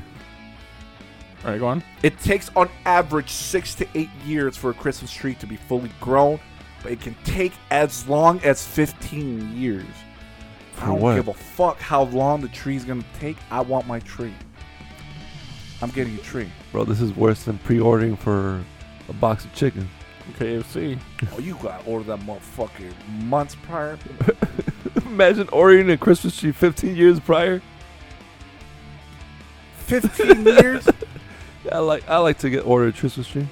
Speaker 7: right, go on.
Speaker 3: it takes on average six to eight years for a Christmas tree to be fully grown, but it can take as long as 15 years. I don't
Speaker 5: what?
Speaker 3: give a fuck how long the tree's gonna take. I want my tree. I'm getting a tree.
Speaker 5: Bro, this is worse than pre-ordering for a box of chicken.
Speaker 7: KFC.
Speaker 3: Oh, you gotta order that motherfucker months prior.
Speaker 5: Imagine ordering a Christmas tree 15 years prior.
Speaker 3: 15 years?
Speaker 5: I like I like to get ordered a Christmas tree.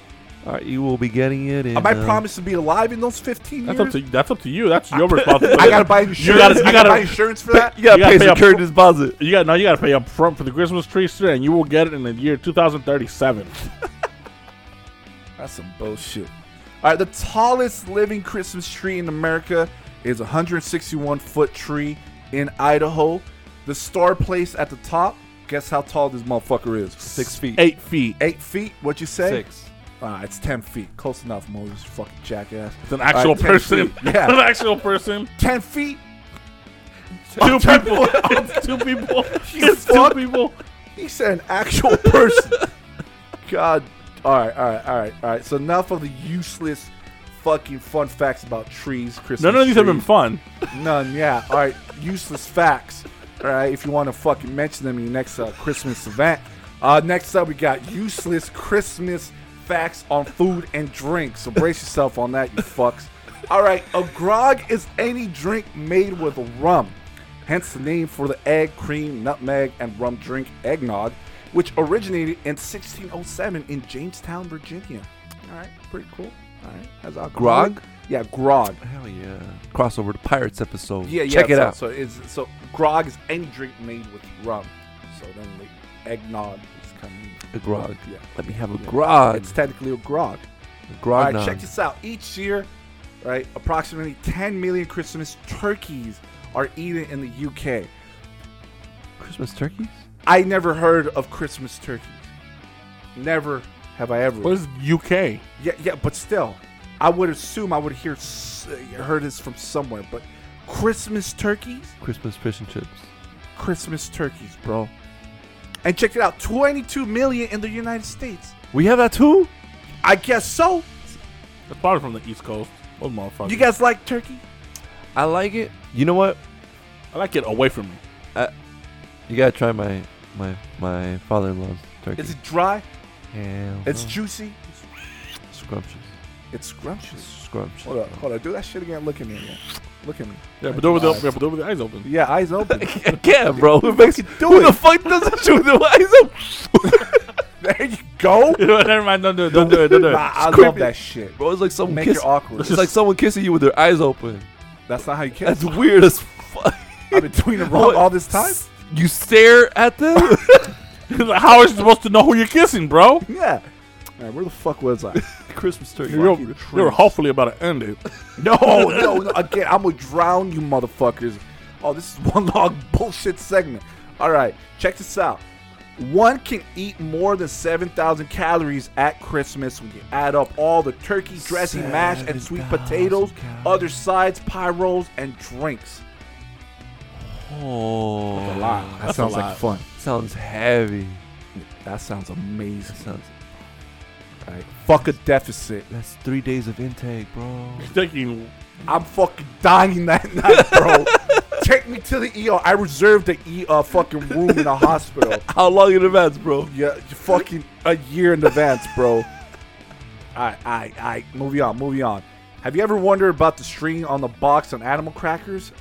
Speaker 5: All right, you will be getting it. In,
Speaker 3: Am I
Speaker 5: uh,
Speaker 3: promised to be alive in those 15 years?
Speaker 7: That's up to that's up to you. That's your responsibility.
Speaker 3: I gotta buy insurance.
Speaker 7: gotta- you gotta-
Speaker 3: I gotta buy insurance for that.
Speaker 5: You gotta
Speaker 7: You gotta
Speaker 5: pay
Speaker 7: pay
Speaker 5: some
Speaker 7: up-
Speaker 5: current deposit.
Speaker 7: You got now. You got to pay up front for the Christmas tree, sir, and you will get it in the year 2037.
Speaker 3: That's some bullshit. All right, the tallest living Christmas tree in America is a 161 foot tree in Idaho. The star place at the top. Guess how tall this motherfucker is?
Speaker 5: Six feet.
Speaker 7: Eight feet.
Speaker 3: Eight feet. What you say?
Speaker 5: Six.
Speaker 3: Ah, it's ten feet. Close enough, Moses. you Fucking jackass.
Speaker 7: It's an actual
Speaker 3: All right, 10
Speaker 7: person.
Speaker 3: feet. Yeah.
Speaker 7: an actual person.
Speaker 3: Ten feet.
Speaker 7: Two people. It's two people. It's two
Speaker 3: fuck.
Speaker 7: people.
Speaker 3: He said an actual person. God. All right, all right, all right, all right. So enough of the useless fucking fun facts about trees, Christmas.
Speaker 7: None of these have been
Speaker 3: trees.
Speaker 7: fun.
Speaker 3: None, yeah. All right, useless facts. All right, if you want to fucking mention them in your next uh, Christmas event. Uh, next up, we got useless Christmas facts on food and drink. So brace yourself on that, you fucks. All right, a grog is any drink made with rum, hence the name for the egg, cream, nutmeg, and rum drink eggnog, which originated in 1607 in Jamestown, Virginia. All right, pretty cool. All right, as alcoholic-
Speaker 5: Grog?
Speaker 3: Yeah, grog.
Speaker 5: Hell yeah! Crossover to Pirates episode.
Speaker 3: Yeah, yeah.
Speaker 5: Check it
Speaker 3: so,
Speaker 5: out.
Speaker 3: So is so grog is any drink made with rum. So then the eggnog is coming.
Speaker 5: A grog.
Speaker 3: Yeah.
Speaker 5: Let me have a
Speaker 3: Yeah.
Speaker 5: grog.
Speaker 3: It's technically a grog.
Speaker 5: a
Speaker 3: All
Speaker 5: grog.
Speaker 3: right, check this out. Each year, right, approximately 10 million Christmas turkeys are eaten in the UK.
Speaker 5: Christmas turkeys.
Speaker 3: I never heard of Christmas turkeys. Never have I ever.
Speaker 7: What is UK?
Speaker 3: Yeah, yeah, but still, I would assume I would hear s- heard this from somewhere. But Christmas turkeys.
Speaker 5: Christmas fish and chips.
Speaker 3: Christmas turkeys, bro. And check it out 22 million in the United States.
Speaker 5: We have that too.
Speaker 3: I guess so.
Speaker 7: That's probably from the East Coast. Those motherfuckers.
Speaker 3: You guys like turkey?
Speaker 5: I like it. You know what?
Speaker 7: I like it away from me.
Speaker 5: You gotta try my my my father-in-law's turkey.
Speaker 3: Is it dry?
Speaker 5: Hell
Speaker 3: It's
Speaker 5: no.
Speaker 3: juicy?
Speaker 5: scrumptious.
Speaker 3: It's scrumptious.
Speaker 5: Scrumptious.
Speaker 3: Hold on, hold on. Do that shit again. Look at me again. Look at me.
Speaker 7: Yeah, but over the yeah, but over the eyes open.
Speaker 3: Yeah, eyes open.
Speaker 5: Yeah, bro. Who, makes,
Speaker 3: do
Speaker 5: who
Speaker 3: it.
Speaker 5: the fuck does that shit with their eyes up?
Speaker 3: there you go.
Speaker 7: You know what? Never mind. Don't do it. Don't do it. Don't do it.
Speaker 3: Nah, I
Speaker 5: Scrape
Speaker 3: love
Speaker 5: it.
Speaker 3: that shit.
Speaker 5: Bro, it's like someone
Speaker 3: Make
Speaker 5: kiss-
Speaker 3: it awkward.
Speaker 5: It's like someone kissing you with their eyes open.
Speaker 3: That's not how you kiss.
Speaker 5: That's weird as fuck.
Speaker 3: I've been doing it wrong all this time.
Speaker 5: You stare at them.
Speaker 7: How are you supposed to know who you're kissing, bro?
Speaker 3: Yeah. All right, where the fuck was I?
Speaker 5: Christmas turkey.
Speaker 7: You're,
Speaker 3: Fucking
Speaker 7: you're
Speaker 3: trees.
Speaker 7: hopefully about to end it.
Speaker 3: No, Oh, no, no. Again, I'm gonna drown you motherfuckers. Oh, this is one long bullshit segment. All right, check this out. One can eat more than 7,000 calories at Christmas when you add up all the turkey, dressing, mash, and sweet potatoes, other sides, pie rolls, and drinks.
Speaker 5: Oh,
Speaker 3: That sounds like fun.
Speaker 5: sounds heavy.
Speaker 3: That sounds amazing.
Speaker 5: That sounds.
Speaker 3: All right. Fuck a deficit.
Speaker 5: That's three days of intake, bro.
Speaker 7: Taking
Speaker 3: I'm fucking dying that night, bro. Take me to the ER. I reserved the ER fucking room in a hospital.
Speaker 5: How long in advance, bro?
Speaker 3: Yeah, you fucking a year in advance, bro. Alright, alright, alright. Moving on, moving on. Have you ever wondered about the string on the box on animal crackers?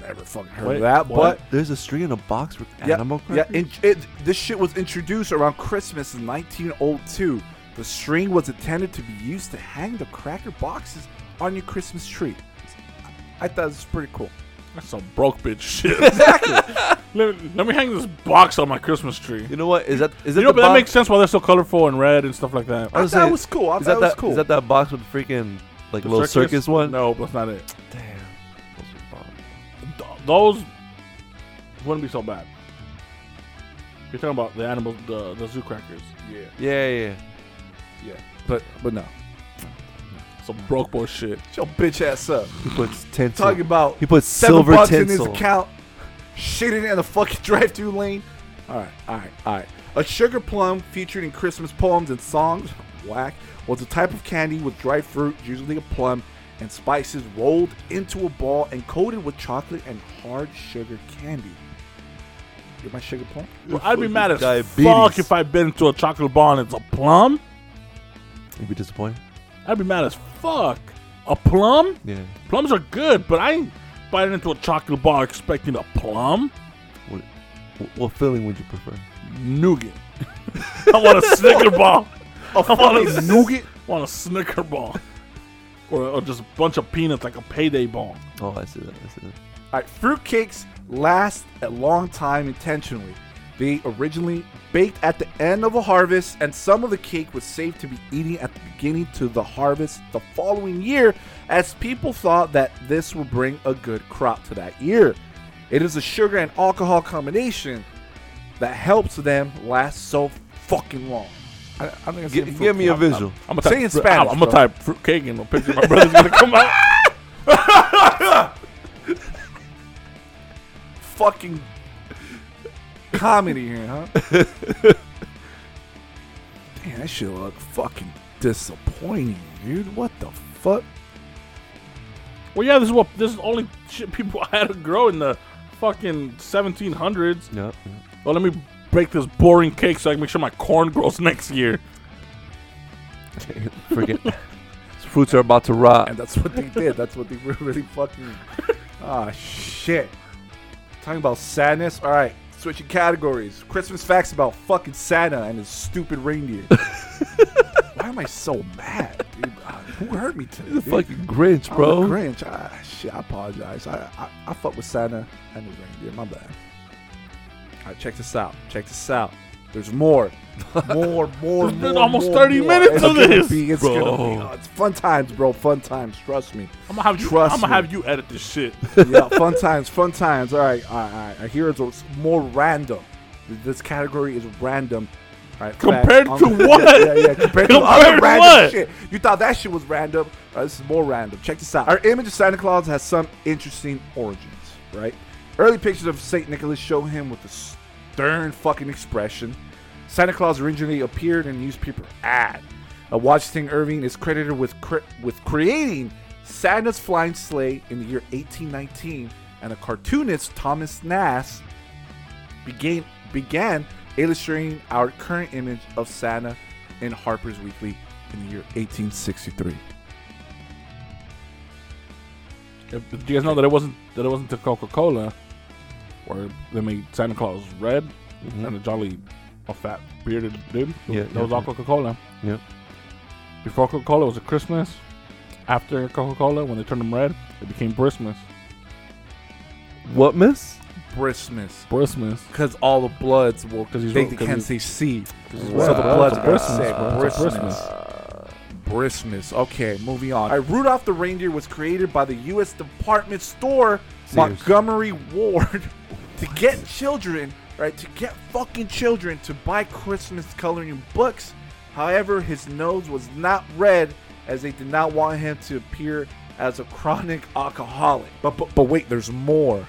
Speaker 3: Never fucking heard
Speaker 7: Wait,
Speaker 3: of that,
Speaker 7: what?
Speaker 5: There's a string in a box with
Speaker 3: but yeah,
Speaker 5: animal
Speaker 3: yeah.
Speaker 5: crackers.
Speaker 3: in- it- this shit was introduced around Christmas in 1902. The string was intended to be used to hang the cracker boxes on your Christmas tree. I thought this was pretty cool.
Speaker 7: that's some broke bitch shit. Exactly. let, me, let me hang this box on my Christmas tree.
Speaker 5: You know what? Is that is that
Speaker 7: You know,
Speaker 5: the
Speaker 7: but that
Speaker 5: box?
Speaker 7: makes sense why they're so colorful and red and stuff like that.
Speaker 3: I
Speaker 5: was
Speaker 3: thought
Speaker 5: saying,
Speaker 3: it was cool. I
Speaker 5: Is
Speaker 3: thought it
Speaker 5: that,
Speaker 3: was
Speaker 5: that
Speaker 3: cool.
Speaker 5: is that that box with freaking like little circus, one?
Speaker 7: No, that's not it.
Speaker 5: Damn. Those are bomb.
Speaker 7: Th- those wouldn't be so bad. You're talking about the animal, the, the zoo crackers.
Speaker 3: yeah,
Speaker 5: Yeah, yeah.
Speaker 3: yeah. But but no.
Speaker 7: Some broke boy shit.
Speaker 3: Shut your bitch ass up.
Speaker 5: He puts tinsel.
Speaker 3: Talking about
Speaker 5: he puts
Speaker 3: seven
Speaker 5: silver
Speaker 3: bucks
Speaker 5: tinsel.
Speaker 3: in his account, shitting in the fucking drive-through lane. All right, all right, all right. A sugar plum featured in Christmas poems and songs, whack, was a type of candy with dried fruit, usually a plum, and spices rolled into a ball and coated with chocolate and hard sugar candy. You're my sugar plum.
Speaker 7: Well, I'd be
Speaker 5: fucking
Speaker 7: mad as
Speaker 5: diabetes.
Speaker 7: fuck if I bit into a chocolate bar and it's a plum.
Speaker 5: You'd be disappointed.
Speaker 7: I'd be mad as fuck. A plum?
Speaker 5: Yeah.
Speaker 7: Plums are good, but I ain't biting into a chocolate bar expecting a plum.
Speaker 5: What, what filling would you prefer?
Speaker 7: Nougat. I want a Snicker ball.
Speaker 3: A
Speaker 7: I want
Speaker 3: fucking nougat?
Speaker 7: I want a Snicker ball. Or, or just a bunch of peanuts like a payday ball.
Speaker 5: Oh, I see that. I see that.
Speaker 3: All right, fruitcakes last a long time intentionally. They originally baked at the end of a harvest, and some of the cake was safe to be eating at the beginning to the harvest the following year, as people thought that this would bring a good crop to that year. It is a sugar and alcohol combination that helps them last so fucking long.
Speaker 7: I, I think I've seen
Speaker 5: Gi- give me
Speaker 7: fruitcake.
Speaker 5: a visual.
Speaker 7: I'm, I'm, I'm
Speaker 3: Say
Speaker 7: type,
Speaker 3: in Spanish,
Speaker 7: I'm gonna
Speaker 3: bro.
Speaker 7: type fruitcake and a picture. My brother's gonna come out.
Speaker 3: Fucking comedy here, huh? Damn, that shit look fucking disappointing, dude. What the fuck?
Speaker 7: Well, yeah, this is what this is the only shit people had to grow in the fucking 1700s.
Speaker 5: Yep. yep.
Speaker 7: Well, let me bake this boring cake so I can make sure my corn grows next year.
Speaker 5: Forget. Fruits are about to rot.
Speaker 3: And that's what they did. That's what they were really fucking. Ah, shit. Talking about sadness. All right, switching categories. Christmas facts about fucking Santa and his stupid reindeer. Why am I so mad, dude? Ah, who hurt me today? dude?
Speaker 5: Fucking Grinch,
Speaker 3: I'm
Speaker 5: bro.
Speaker 3: a Grinch. Ah, shit, I apologize. I, I I fuck with Santa and his reindeer. My bad. All right, check this out. Check this out. There's more, more, more,
Speaker 7: There's
Speaker 3: more.
Speaker 7: been almost
Speaker 3: more,
Speaker 7: 30
Speaker 3: more.
Speaker 7: minutes
Speaker 3: It's
Speaker 7: of
Speaker 3: gonna
Speaker 7: this,
Speaker 3: be- it's gonna
Speaker 5: bro.
Speaker 3: be. oh, it's fun times, bro. Fun times. Trust me.
Speaker 7: I'm gonna have you.
Speaker 3: Trust
Speaker 7: I'm gonna
Speaker 3: me.
Speaker 7: have you edit this shit.
Speaker 3: yeah, fun times, fun times. All right, all right, all right. I hear it's it's more random. This category is random. All right, facts.
Speaker 7: Compared
Speaker 3: On-
Speaker 7: to what?
Speaker 3: Yeah, yeah, compared to other
Speaker 7: Compared to
Speaker 3: random
Speaker 7: what?
Speaker 3: shit. You thought that shit was random. All right, this is more random. Check this out. Our image of Santa Claus has some interesting origins, right? Early pictures of St. Nicholas show him with a stern fucking expression. Santa Claus originally appeared in a newspaper ad. Uh, Washington Irving is credited with cre- with creating Santa's flying sleigh in the year 1819, and the cartoonist Thomas Nass began began illustrating our current image of Santa in Harper's Weekly in the year 1863.
Speaker 7: If- Did you guys know that it wasn't that it wasn't the Coca-Cola, where they made Santa Claus red and a jolly, a fat bearded dude?
Speaker 5: Yeah,
Speaker 7: that
Speaker 5: yeah,
Speaker 7: was all
Speaker 5: yeah.
Speaker 7: Coca-Cola.
Speaker 5: Yeah.
Speaker 7: Before Coca-Cola was a Christmas. After Coca-Cola, when they turned them red, it became Christmas.
Speaker 5: What, miss?
Speaker 3: Christmas,
Speaker 7: Christmas.
Speaker 3: because all the bloods will
Speaker 7: 'Cause he's
Speaker 3: they,
Speaker 7: wrong,
Speaker 3: they
Speaker 7: 'cause
Speaker 3: can't
Speaker 7: he's-
Speaker 3: say C, so the
Speaker 7: Wow.
Speaker 3: bloods
Speaker 7: Wow.
Speaker 3: will
Speaker 7: Christmas,
Speaker 3: say
Speaker 7: bro.
Speaker 3: Christmas.
Speaker 7: Christmas.
Speaker 3: Christmas. Okay, moving on. All right, Rudolph the reindeer was created by the U.S. Department Store Montgomery Ward to get children, right? To get fucking children to buy Christmas coloring books. However, his nose was not red, as they did not want him to appear as a chronic alcoholic. But but, but wait, there's more.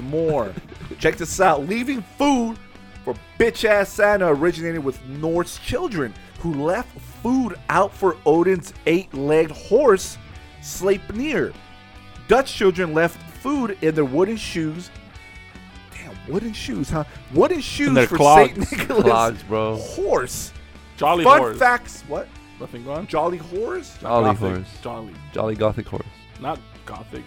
Speaker 3: more. Check this out. Leaving food for bitch ass Santa originated with Norse children who left food out for Odin's eight legged horse, Sleipnir. Dutch children left food in their wooden shoes. Damn, wooden shoes, huh? Wooden shoes
Speaker 7: their
Speaker 3: for
Speaker 7: clogs.
Speaker 3: St. Nicholas.
Speaker 5: Clogs, bro.
Speaker 3: Horse.
Speaker 7: Jolly
Speaker 3: Fun
Speaker 7: horse.
Speaker 3: facts. What?
Speaker 7: Nothing going.
Speaker 3: Jolly horse?
Speaker 5: Jolly
Speaker 7: Gothic.
Speaker 5: horse.
Speaker 7: Jolly.
Speaker 5: Jolly gothic horse.
Speaker 7: Not gothic.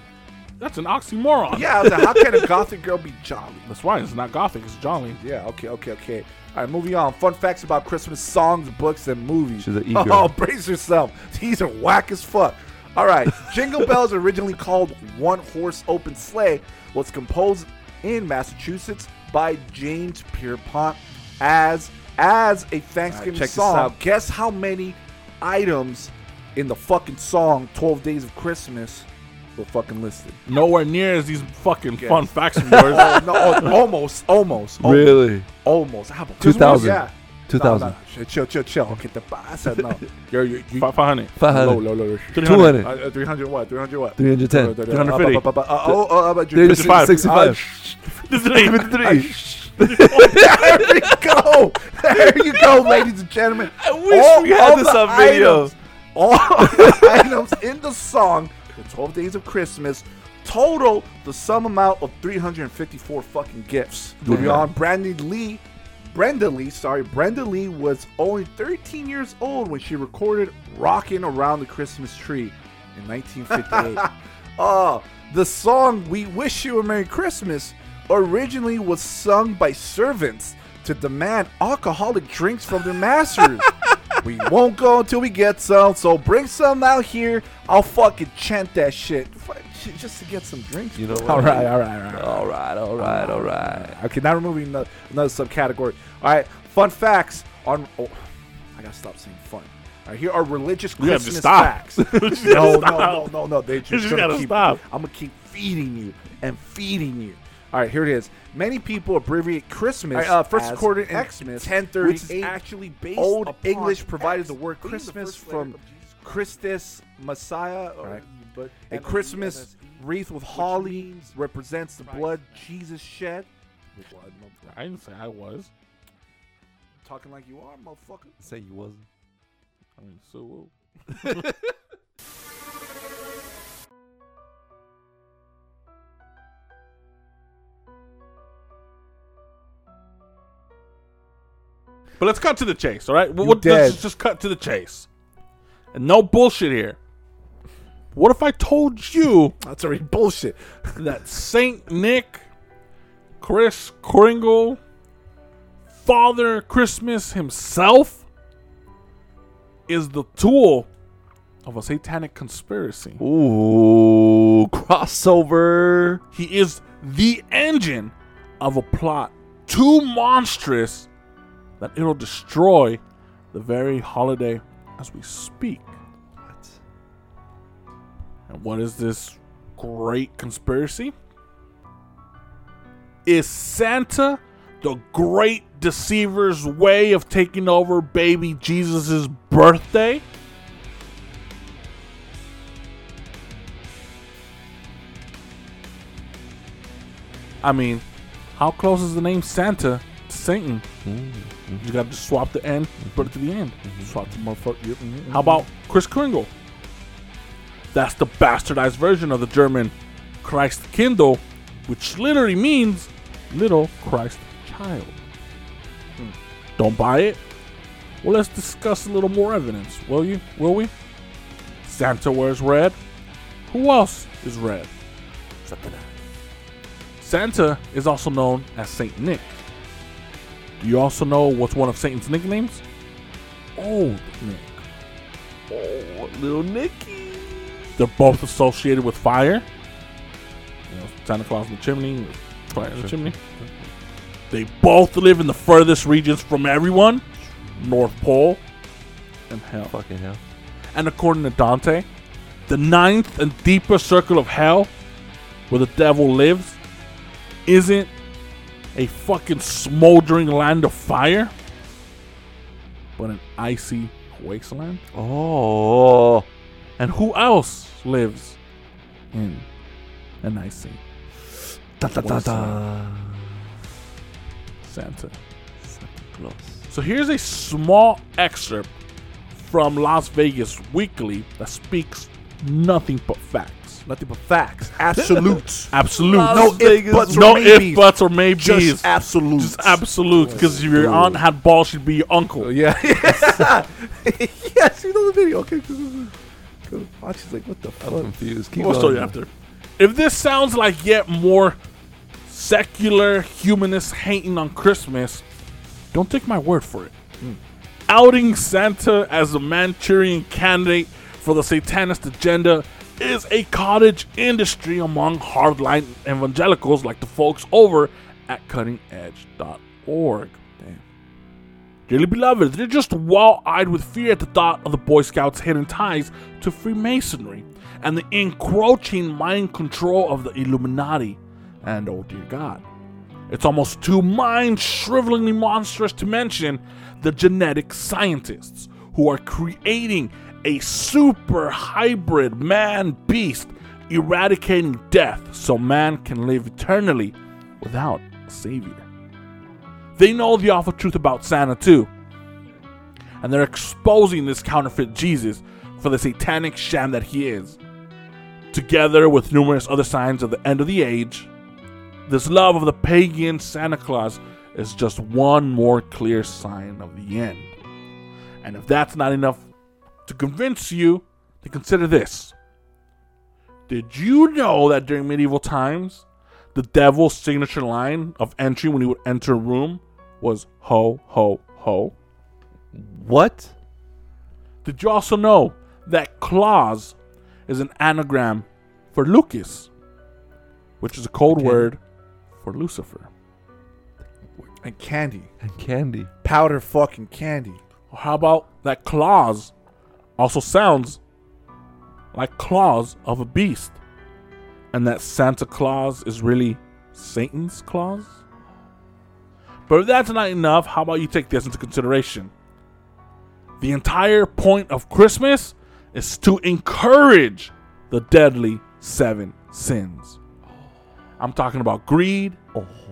Speaker 7: That's an oxymoron.
Speaker 3: Yeah, I was like, how can a gothic girl be jolly?
Speaker 7: That's why it's not gothic. It's jolly.
Speaker 3: Yeah, okay, okay, okay. All right, moving on. Fun facts about Christmas songs, books, and movies.
Speaker 5: She's an e-girl.
Speaker 3: Oh, brace yourself. These are whack as fuck. All right, Jingle Bells, originally called One Horse Open Sleigh, was composed in Massachusetts by James Pierpont as as a Thanksgiving check this song. out. Guess how many items in the fucking song "12 Days of Christmas" were fucking listed?
Speaker 7: Nowhere near as these fucking
Speaker 3: Guess.
Speaker 7: fun facts of yours.
Speaker 3: Oh, no, al- almost, almost, al-
Speaker 5: Really?
Speaker 3: almost. I have a
Speaker 5: Two thousand.
Speaker 3: Yeah.
Speaker 5: Two
Speaker 3: No, no,
Speaker 5: thousand.
Speaker 3: no. Chill, chill, chill, chill. Get the pasa. No. Yo, you, you,
Speaker 7: Five hundred.
Speaker 5: Five
Speaker 3: low,
Speaker 5: hundred.
Speaker 3: low, low, low.
Speaker 5: Two hundred.
Speaker 3: Uh, 300 what? 300 what?
Speaker 5: Three hundred ten.
Speaker 3: Uh,
Speaker 7: 350.
Speaker 3: uh, uh, uh, uh, uh, Oh, uh, uh, uh,
Speaker 5: Three
Speaker 3: 350.
Speaker 5: hundred sixty-five.
Speaker 7: This is even
Speaker 5: Three.
Speaker 3: There you go. There you go, ladies and gentlemen. I
Speaker 5: wish we had this on video.
Speaker 3: all the items in the song, The 12 Days of Christmas, total the sum amount of 354 fucking gifts. Moving
Speaker 5: Yeah.
Speaker 3: on, Brandy Lee. Brenda Lee, sorry, Brenda Lee was only 13 years old when she recorded Rockin' Around the Christmas Tree in 1958. Oh, the song We Wish You a Merry Christmas originally was sung by servants to demand alcoholic drinks from their masters. we won't go until we get some, so bring some out here. I'll fucking chant that shit. Fuck, shit, Just to get some drinks.
Speaker 5: You know what?
Speaker 3: All right, all right, all right.
Speaker 5: All right, all right, all right.
Speaker 3: Okay, now removing another, another subcategory. All right, fun facts on. Oh, I gotta stop saying fun. All right, here are religious
Speaker 1: You have
Speaker 3: Christmas
Speaker 1: to stop.
Speaker 3: facts. no, no, no, no, no. They just,
Speaker 1: You just
Speaker 3: gonna
Speaker 1: gotta
Speaker 3: keep,
Speaker 1: stop.
Speaker 3: I'm gonna keep feeding you and feeding you. All right, here it is. Many people abbreviate Christmas
Speaker 5: All right, uh, first
Speaker 3: as
Speaker 5: quarter in
Speaker 3: Xmas,
Speaker 5: 1038
Speaker 3: which is actually based
Speaker 5: Old
Speaker 3: upon
Speaker 5: English
Speaker 3: provided
Speaker 5: provided
Speaker 3: the word Christmas from Christus Messiah. uh, All right.
Speaker 8: But
Speaker 3: A Christmas wreath with holly represents the blood Jesus shed.
Speaker 1: I didn't say I was.
Speaker 3: Talking like you are, motherfucker.
Speaker 5: Say you wasn't.
Speaker 1: I mean, so whoa. But let's cut to the chase, all right? What,
Speaker 3: You
Speaker 1: what,
Speaker 3: dead.
Speaker 1: let's just- just cut to the chase. And no bullshit here. What if I told you
Speaker 3: That's already bullshit.
Speaker 1: that Saint Nick, Chris Kringle, Father Christmas himself is the tool of a satanic conspiracy.
Speaker 5: Ooh, crossover.
Speaker 1: He is the engine of a plot too monstrous that it'll destroy the very holiday as we speak.
Speaker 5: What?
Speaker 1: And what is this great conspiracy? Is Santa the great deceiver's way of taking over baby Jesus' birthday? I mean, how close is the name Santa to Satan? You gotta just swap the end, put it to the end. Swap the motherfucker. yep, mhm, How about Chris Kringle? That's the bastardized version of the German Christ Kindle, which literally means little Christ child. Don't buy it? Well, let's discuss a little more evidence, will you? Will we? Santa wears red. Who else is red? Santa is also known as Saint Nick. Do you also know what's one of Satan's nicknames? Old Nick.
Speaker 5: Oh, little Nicky.
Speaker 1: They're both associated with fire. You know, Santa Claus in the chimney, fire in the chimney. They both live in the furthest regions from everyone North Pole and hell.
Speaker 5: Fucking hell.
Speaker 1: And according to Dante, the ninth and deepest circle of hell, where the devil lives, isn't a fucking smoldering land of fire, but an icy wasteland.
Speaker 5: Oh,
Speaker 1: And who else lives in an icy
Speaker 5: da da da da.
Speaker 1: Wasteland. Santa?
Speaker 5: Santa Claus.
Speaker 1: So here's a small excerpt from Las Vegas Weekly that speaks nothing but facts.
Speaker 3: Nothing but facts. Absolutes.
Speaker 1: Absolute.
Speaker 3: no ifs, buts, or
Speaker 1: no
Speaker 3: maybes.
Speaker 1: if, buts, or maybes.
Speaker 3: Just absolutes.
Speaker 1: Just absolute. Because if your aunt had balls, she'd be your uncle.
Speaker 3: yeah. yes, you know the video. Okay. Go Watch. She's like, what the
Speaker 5: I'm
Speaker 3: fuck?
Speaker 5: confused. Keep
Speaker 1: What story
Speaker 5: going.
Speaker 1: after? If this sounds like yet more secular humanist hating on Christmas, don't take my word for it.
Speaker 5: Hmm.
Speaker 1: Outing Santa as a Manchurian candidate for the Satanist agenda is a cottage industry among hardline evangelicals like the folks over at cuttingedge.org. Dearly beloved, they're just wall eyed with fear at the thought of the Boy Scouts' hidden ties to Freemasonry and the encroaching mind control of the Illuminati. And oh dear God. It's almost too mind shrivelingly monstrous to mention the genetic scientists who are creating a super hybrid man beast, eradicating death so man can live eternally without a savior. They know the awful truth about Santa too. And they're exposing this counterfeit Jesus for the satanic sham that he is. Together with numerous other signs of the end of the age, this love of the pagan Santa Claus is just one more clear sign of the end. And if that's not enough to convince you, to consider this. Did you know that during medieval times, the devil's signature line of entry when he would enter a room was ho, ho, ho.
Speaker 5: What?
Speaker 1: Did you also know that Claus is an anagram for Lucas, which is a code word for Lucifer?
Speaker 3: And candy.
Speaker 5: And candy.
Speaker 3: Powder fucking candy.
Speaker 1: How about that claws also sounds like claws of a beast? And that Santa Claus is really Satan's claws? But if that's not enough, how about you take this into consideration? The entire point of Christmas is to encourage the deadly seven sins. I'm talking about greed,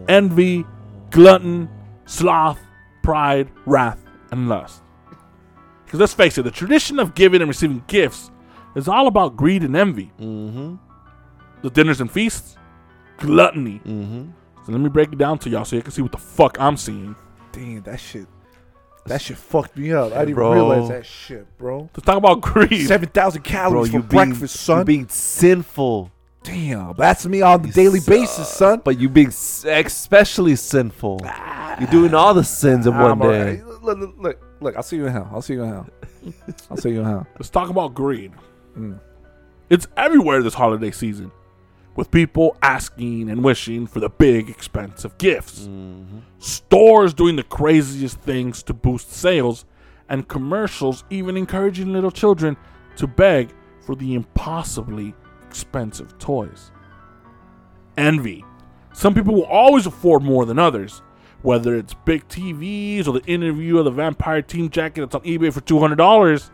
Speaker 1: envy, glutton, sloth, pride, wrath, and lust. Because let's face it, the tradition of giving and receiving gifts is all about greed and envy. Mm-hmm. The dinners and feasts, gluttony. Mm-hmm. So let me break it down to y'all so you can see what the fuck I'm seeing.
Speaker 3: Damn, that shit. That shit fucked me up. I didn't
Speaker 5: Bro.
Speaker 3: realize that shit, bro.
Speaker 1: Let's talk about greed.
Speaker 3: Seven thousand
Speaker 5: Bro,
Speaker 3: calories
Speaker 5: you
Speaker 3: for
Speaker 5: being,
Speaker 3: breakfast, son.
Speaker 5: You being sinful. uh,
Speaker 3: Damn, that's me on the daily basis, son. Ah.
Speaker 5: But you being s- especially sinful. You're doing all the sins in one
Speaker 3: I'm all
Speaker 5: day.
Speaker 3: right. Look, look, look, look, I'll see you in hell. I'll see you in hell. I'll see you in hell. Mm.
Speaker 1: Let's talk about greed. It's everywhere this holiday season, with people asking and wishing for the big, expensive gifts.
Speaker 5: Mm-hmm.
Speaker 1: Stores doing the craziest things to boost sales, and commercials even encouraging little children to beg for the impossibly expensive toys. Envy. Some people will always afford more than others, whether it's big TVs or the interview of the vampire team jacket that's on eBay for $200.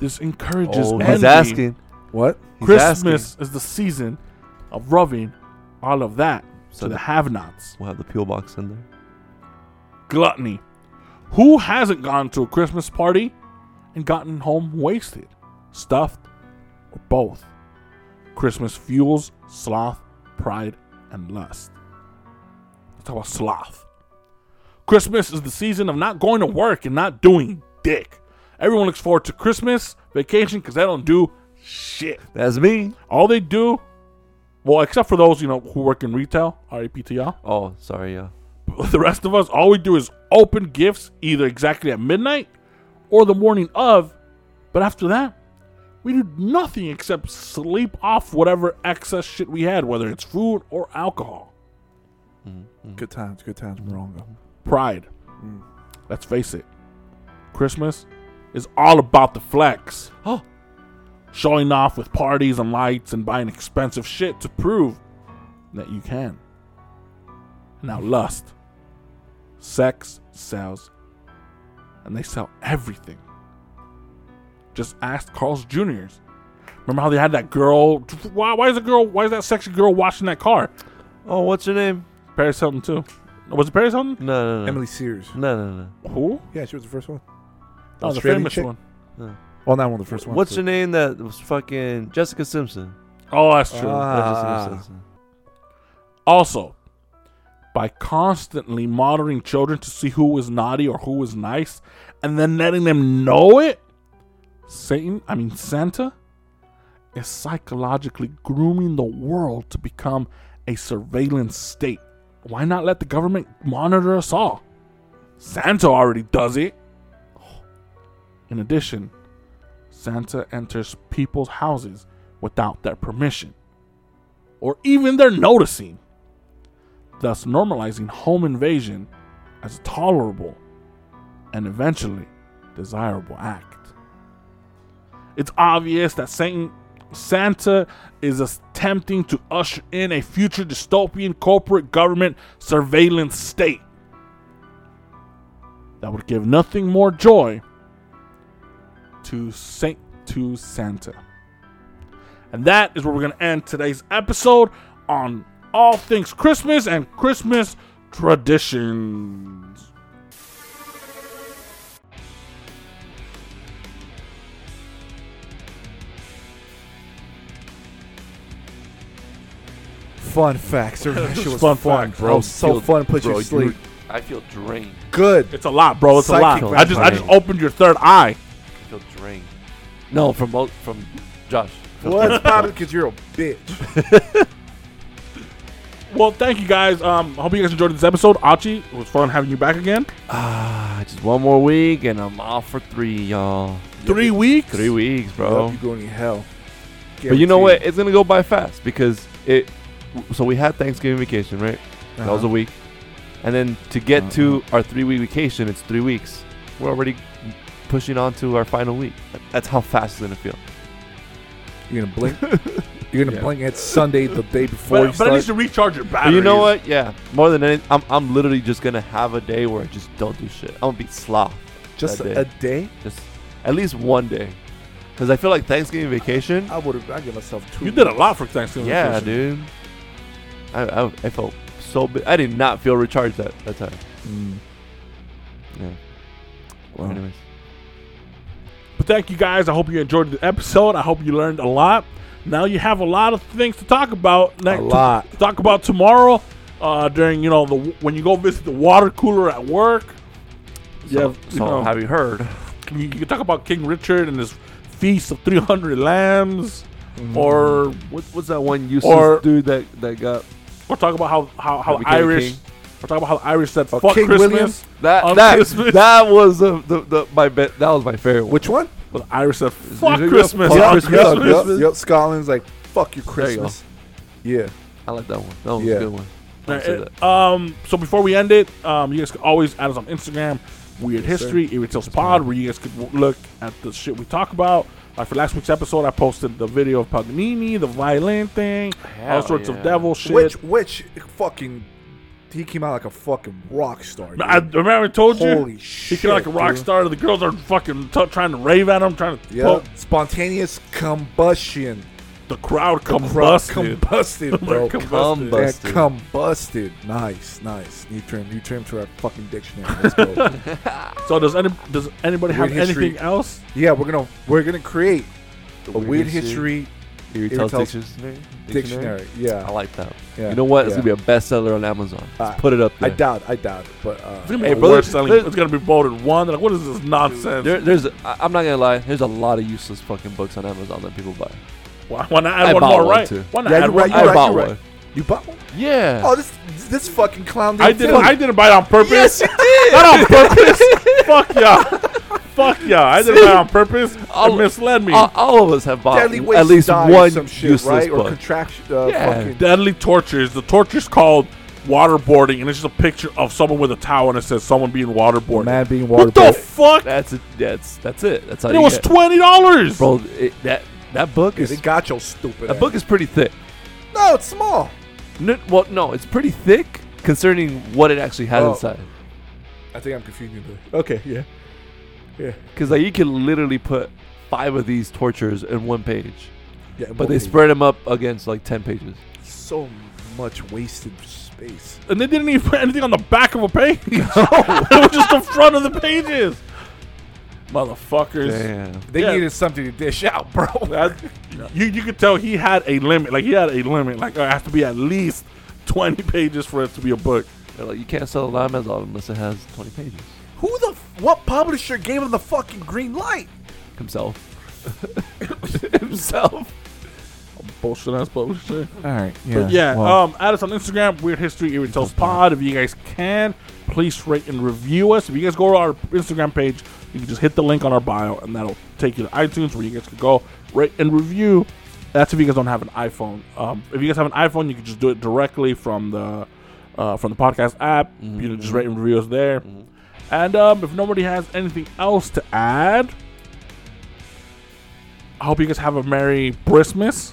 Speaker 1: This encourages
Speaker 5: Oh,
Speaker 1: envy.
Speaker 5: he's asking.
Speaker 3: What?
Speaker 5: He's
Speaker 1: Christmas
Speaker 5: asking.
Speaker 1: is the season of rubbing all of that
Speaker 5: So
Speaker 1: to the
Speaker 5: the-
Speaker 1: have-nots.
Speaker 5: We'll have the peel box in there.
Speaker 1: Gluttony. Who hasn't gone to a Christmas party and gotten home wasted, stuffed, or both? Christmas fuels sloth, pride, and lust. Let's talk about sloth. Christmas is the season of not going to work and not doing dick. Everyone looks forward to Christmas vacation because they don't do shit.
Speaker 5: That's me.
Speaker 1: All they do, well, except for those you know who work in retail, REP to y'all.
Speaker 5: Oh, sorry, yeah.
Speaker 1: The rest of us, all we do is open gifts either exactly at midnight or the morning of. But after that, we do nothing except sleep off whatever excess shit we had, whether it's food or alcohol.
Speaker 3: Good times, good times, Morongo.
Speaker 1: Pride. Mm. Let's face it, Christmas is all about the flex.
Speaker 5: Oh.
Speaker 1: Showing off with parties and lights and buying expensive shit to prove that you can. Now, lust. Sex sells, and they sell everything. Just ask Carl's Jr.'s. Remember how they had that girl? Why, why is the girl? Why is that sexy girl washing that car?
Speaker 5: Oh, what's your name?
Speaker 1: Paris Hilton too. Was it Paris Hilton?
Speaker 5: No, no, no.
Speaker 3: Emily Sears.
Speaker 5: No, no, no.
Speaker 1: Who?
Speaker 3: Yeah, she was the first one.
Speaker 1: That was a
Speaker 3: Australian
Speaker 1: famous
Speaker 3: chick?
Speaker 1: one.
Speaker 3: Well, not one of the first ones.
Speaker 5: What's
Speaker 3: but-
Speaker 5: your name that was fucking Jessica Simpson?
Speaker 1: Oh, that's true.
Speaker 3: Ah.
Speaker 5: Yeah, Jessica Simpson.
Speaker 1: Also, by constantly monitoring children to see who is naughty or who is nice, and then letting them know it, Satan, I mean Santa, is psychologically grooming the world to become a surveillance state. Why not let the government monitor us all? Santa already does it. In addition, Santa enters people's houses without their permission or even their noticing, thus normalizing home invasion as a tolerable and eventually desirable act. It's obvious that Satan, Santa is attempting to usher in a future dystopian corporate government surveillance state that would give nothing more joy to Saint to Santa. And that is where we're going to end today's episode on all things Christmas and Christmas traditions.
Speaker 3: Fun facts. That shit was
Speaker 1: Fun
Speaker 3: fun,
Speaker 1: fact, bro.
Speaker 3: bro. so
Speaker 5: Feel-
Speaker 3: fun. Put you
Speaker 5: bro,
Speaker 3: to sleep.
Speaker 5: I feel drained.
Speaker 3: Good.
Speaker 1: It's a lot, bro. It's
Speaker 3: Psychic
Speaker 1: a lot. I just I just
Speaker 5: vampire.
Speaker 1: opened your third eye.
Speaker 5: I feel drained. No, from both from Josh.
Speaker 3: Well, that's probably because you're a bitch.
Speaker 1: oh,
Speaker 7: Well, thank you guys. Um, I hope you guys enjoyed this episode. Achi, it was fun having you back again.
Speaker 5: Ah, just one more week and I'm off for three, y'all.
Speaker 7: Three weeks.
Speaker 5: Three weeks, bro.
Speaker 3: Yup, you're going to hell.
Speaker 5: But you know what?
Speaker 3: Guaranteed.
Speaker 5: It's gonna go by fast because it. So we had Thanksgiving vacation, right? That
Speaker 3: Uh-huh.
Speaker 5: was a week, and then to get to our three-week vacation, it's three weeks. We're already pushing on to our final week. That's how fast it's gonna feel.
Speaker 3: You're going to Uh-huh. blink. You're going to
Speaker 7: Yeah.
Speaker 3: blink at Sunday the day before you
Speaker 7: But, but
Speaker 3: start.
Speaker 7: at least you recharge your
Speaker 5: But
Speaker 7: battery.
Speaker 5: you know what? Yeah, more than anything, I'm, I'm literally just gonna have a day where I just don't do shit. I'm gonna be sloth.
Speaker 3: just
Speaker 5: that
Speaker 3: a day?
Speaker 5: Just at least one day, because I feel like Thanksgiving vacation.
Speaker 3: I would have. I give myself two.
Speaker 7: You did a lot for Thanksgiving.
Speaker 5: Yeah,
Speaker 7: vacation.
Speaker 5: dude. I, I, I felt so. Bi- I did not feel recharged that that time.
Speaker 3: Mm.
Speaker 5: Yeah.
Speaker 3: Wow.
Speaker 5: Anyways.
Speaker 7: But thank you guys. I hope you enjoyed the episode. I hope you learned a lot. Now you have a lot of things to talk about. Next,
Speaker 3: lot.
Speaker 7: To, talk about tomorrow, uh, during you know the when you go visit the water cooler at work. You
Speaker 5: So,
Speaker 7: have, you
Speaker 5: so
Speaker 7: know,
Speaker 5: have you heard?
Speaker 7: you, you can talk about King Richard and his feast of 300 lambs,
Speaker 5: Mm.
Speaker 7: or
Speaker 5: What, what's that one useless
Speaker 7: Or-
Speaker 5: dude that, that got
Speaker 7: or talk about how how, how
Speaker 5: That became a
Speaker 7: Irish,
Speaker 5: king?
Speaker 7: or talk about how the Irish said
Speaker 3: Oh,
Speaker 7: fuck
Speaker 3: King
Speaker 7: Christmas.
Speaker 3: William?
Speaker 7: On
Speaker 5: that that,
Speaker 7: Christmas.
Speaker 5: that was uh, the, the my be- that was my favorite. one.
Speaker 3: Which one?
Speaker 7: Well, the Irish said fuck
Speaker 5: you go,
Speaker 7: Christmas.
Speaker 5: fuck
Speaker 7: on
Speaker 5: Christmas.
Speaker 3: Yup,
Speaker 7: Christmas.
Speaker 3: yup, yup. Scotland's like, fuck your
Speaker 5: There you go.
Speaker 3: Christmas. Yeah.
Speaker 5: I like that one. That was
Speaker 3: Yeah.
Speaker 5: a good one. I'll
Speaker 7: Right,
Speaker 5: say
Speaker 7: uh,
Speaker 5: that.
Speaker 7: um, so before we end it, um, you guys can always add us on Instagram, Weird
Speaker 3: Yes, sir.
Speaker 7: History, Eerie Tales Pod, where you guys could w- look at the shit we talk about. Like for last week's episode, I posted the video of Paganini, the violin thing, all
Speaker 5: Hell
Speaker 7: sorts of
Speaker 5: yeah.
Speaker 7: devil shit.
Speaker 3: Which which fucking he came out like a fucking rock star.
Speaker 7: I
Speaker 3: dude.
Speaker 7: remember I told
Speaker 3: Holy
Speaker 7: you
Speaker 3: shit!
Speaker 7: he came like a rock
Speaker 3: dude.
Speaker 7: star. The girls are fucking t- trying to rave at him, trying to
Speaker 3: Yeah.
Speaker 7: well,
Speaker 3: Spontaneous combustion.
Speaker 7: the crowd
Speaker 3: The
Speaker 7: combust.
Speaker 3: Combusted, bro.
Speaker 7: combusted.
Speaker 3: Yeah,
Speaker 5: Combusted.
Speaker 3: combusted. Nice, nice. New term. New term to our fucking dictionary. Let's go.
Speaker 7: So does any does anybody have
Speaker 3: Weird history.
Speaker 7: anything else?
Speaker 3: yeah, we're gonna we're gonna create a weird,
Speaker 5: Weird
Speaker 3: history
Speaker 5: Eerie
Speaker 3: Eerie
Speaker 5: Tales
Speaker 3: Tales
Speaker 5: dictionary.
Speaker 3: dictionary.
Speaker 5: I
Speaker 3: Yeah.
Speaker 5: like that.
Speaker 3: yeah.
Speaker 5: You know what? It's
Speaker 3: yeah.
Speaker 5: gonna be a bestseller on Amazon.
Speaker 3: Uh,
Speaker 5: Let's put it up
Speaker 3: I
Speaker 5: there.
Speaker 3: doubt. I doubt it. But uh,
Speaker 7: Hey,
Speaker 5: brother,
Speaker 7: brother, selling,
Speaker 5: there's-
Speaker 7: it's gonna be voted one. Like, what is this nonsense?
Speaker 5: there, there's, a, I- I'm not gonna lie. There's a lot of useless fucking books on Amazon that people buy.
Speaker 7: Why, why not add
Speaker 5: I
Speaker 7: one
Speaker 5: bought
Speaker 7: more?
Speaker 5: one,
Speaker 7: right?
Speaker 5: too.
Speaker 7: Why not
Speaker 3: Yeah,
Speaker 7: add
Speaker 3: you're
Speaker 7: one?
Speaker 3: right.
Speaker 5: I
Speaker 3: You're right.
Speaker 5: bought
Speaker 3: You're right.
Speaker 5: one.
Speaker 3: You bought one?
Speaker 5: Yeah.
Speaker 3: Oh, this this fucking clown.
Speaker 7: I
Speaker 3: didn't
Speaker 7: didn't.
Speaker 3: film
Speaker 7: I
Speaker 3: it.
Speaker 7: didn't buy it on purpose.
Speaker 5: yes, you did.
Speaker 7: Not on purpose. Fuck y'all. Fuck y'all. I didn't buy it on purpose.
Speaker 5: I'll-
Speaker 7: It misled me.
Speaker 5: all, all of us have bought
Speaker 3: Deadly waste
Speaker 5: at least
Speaker 3: die or
Speaker 5: one
Speaker 3: some shit,
Speaker 5: useless
Speaker 3: right? Or
Speaker 5: book.
Speaker 3: contraction. Uh,
Speaker 5: Yeah.
Speaker 3: fucking-
Speaker 7: Deadly tortures. The torture's called waterboarding, and it's just a picture of someone with a towel, and it says someone being waterboarded.
Speaker 3: man being
Speaker 7: what the
Speaker 3: waterboarded.
Speaker 7: fuck?
Speaker 5: that's it. That's that's it. That's how
Speaker 7: And it
Speaker 5: you
Speaker 7: was
Speaker 5: get.
Speaker 7: twenty dollars.
Speaker 5: bro. It, that that book
Speaker 3: Yeah,
Speaker 5: is
Speaker 3: they got your stupid.
Speaker 5: that
Speaker 3: ass.
Speaker 5: book is pretty thick.
Speaker 3: No, it's small.
Speaker 5: N well, no, it's pretty thick concerning what it actually has
Speaker 3: Oh.
Speaker 5: inside.
Speaker 3: I think I'm confusing the. Okay, yeah.
Speaker 5: Because like you can literally put five of these tortures in one page,
Speaker 3: yeah
Speaker 5: but they spread them up against like ten pages.
Speaker 3: so much wasted space.
Speaker 7: and they didn't even put anything on the back of a page. it was just the front of the pages. Motherfuckers.
Speaker 5: Damn.
Speaker 3: They
Speaker 7: Yeah.
Speaker 3: needed something to dish out, bro.
Speaker 7: That- you you could tell he had a limit. Like he had a limit. Like it has to be at least twenty pages for it to be a book.
Speaker 5: They're like you can't sell a lime Amazon unless it has twenty pages.
Speaker 3: Who the f- what publisher gave him the fucking green light?
Speaker 5: Himself. Himself.
Speaker 7: Bullshit ass publisher.
Speaker 3: All right,
Speaker 7: But yeah, um, add us on Instagram, Weird History Eerie Tales Pod. If you guys can, please rate and review us. If you guys go to our Instagram page, you can just hit the link on our bio, and that'll take you to iTunes where you guys can go rate and review. That's if you guys don't have an iPhone. Um, if you guys have an iPhone, you can just do it directly from the uh, from the podcast app.
Speaker 3: Mm-hmm,
Speaker 7: You know, just rate and review us there. And um, if nobody has anything else to add, I hope you guys have a merry Christmas.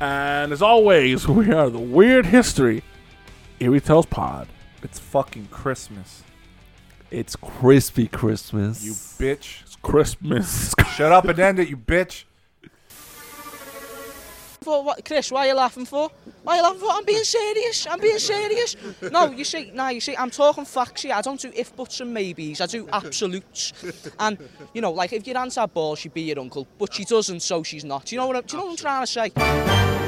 Speaker 7: And as always, we are the Weird History Eerie Tales Pod.
Speaker 3: it's fucking Christmas,
Speaker 5: It's crispy Christmas.
Speaker 3: you bitch.
Speaker 7: It's Christmas.
Speaker 3: Shut up and end it, you bitch.
Speaker 9: For what, Chris, why are you laughing for? Why are you laughing for? I'm being serious. I'm being serious. No, you see, no, you see, I'm talking facts here. I don't do if buts and maybes. I do absolutes. And you know, like if your aunt's had balls, she'd be your uncle, but she doesn't, so she's not. Do you know what? I'm, do you know what I'm trying to say?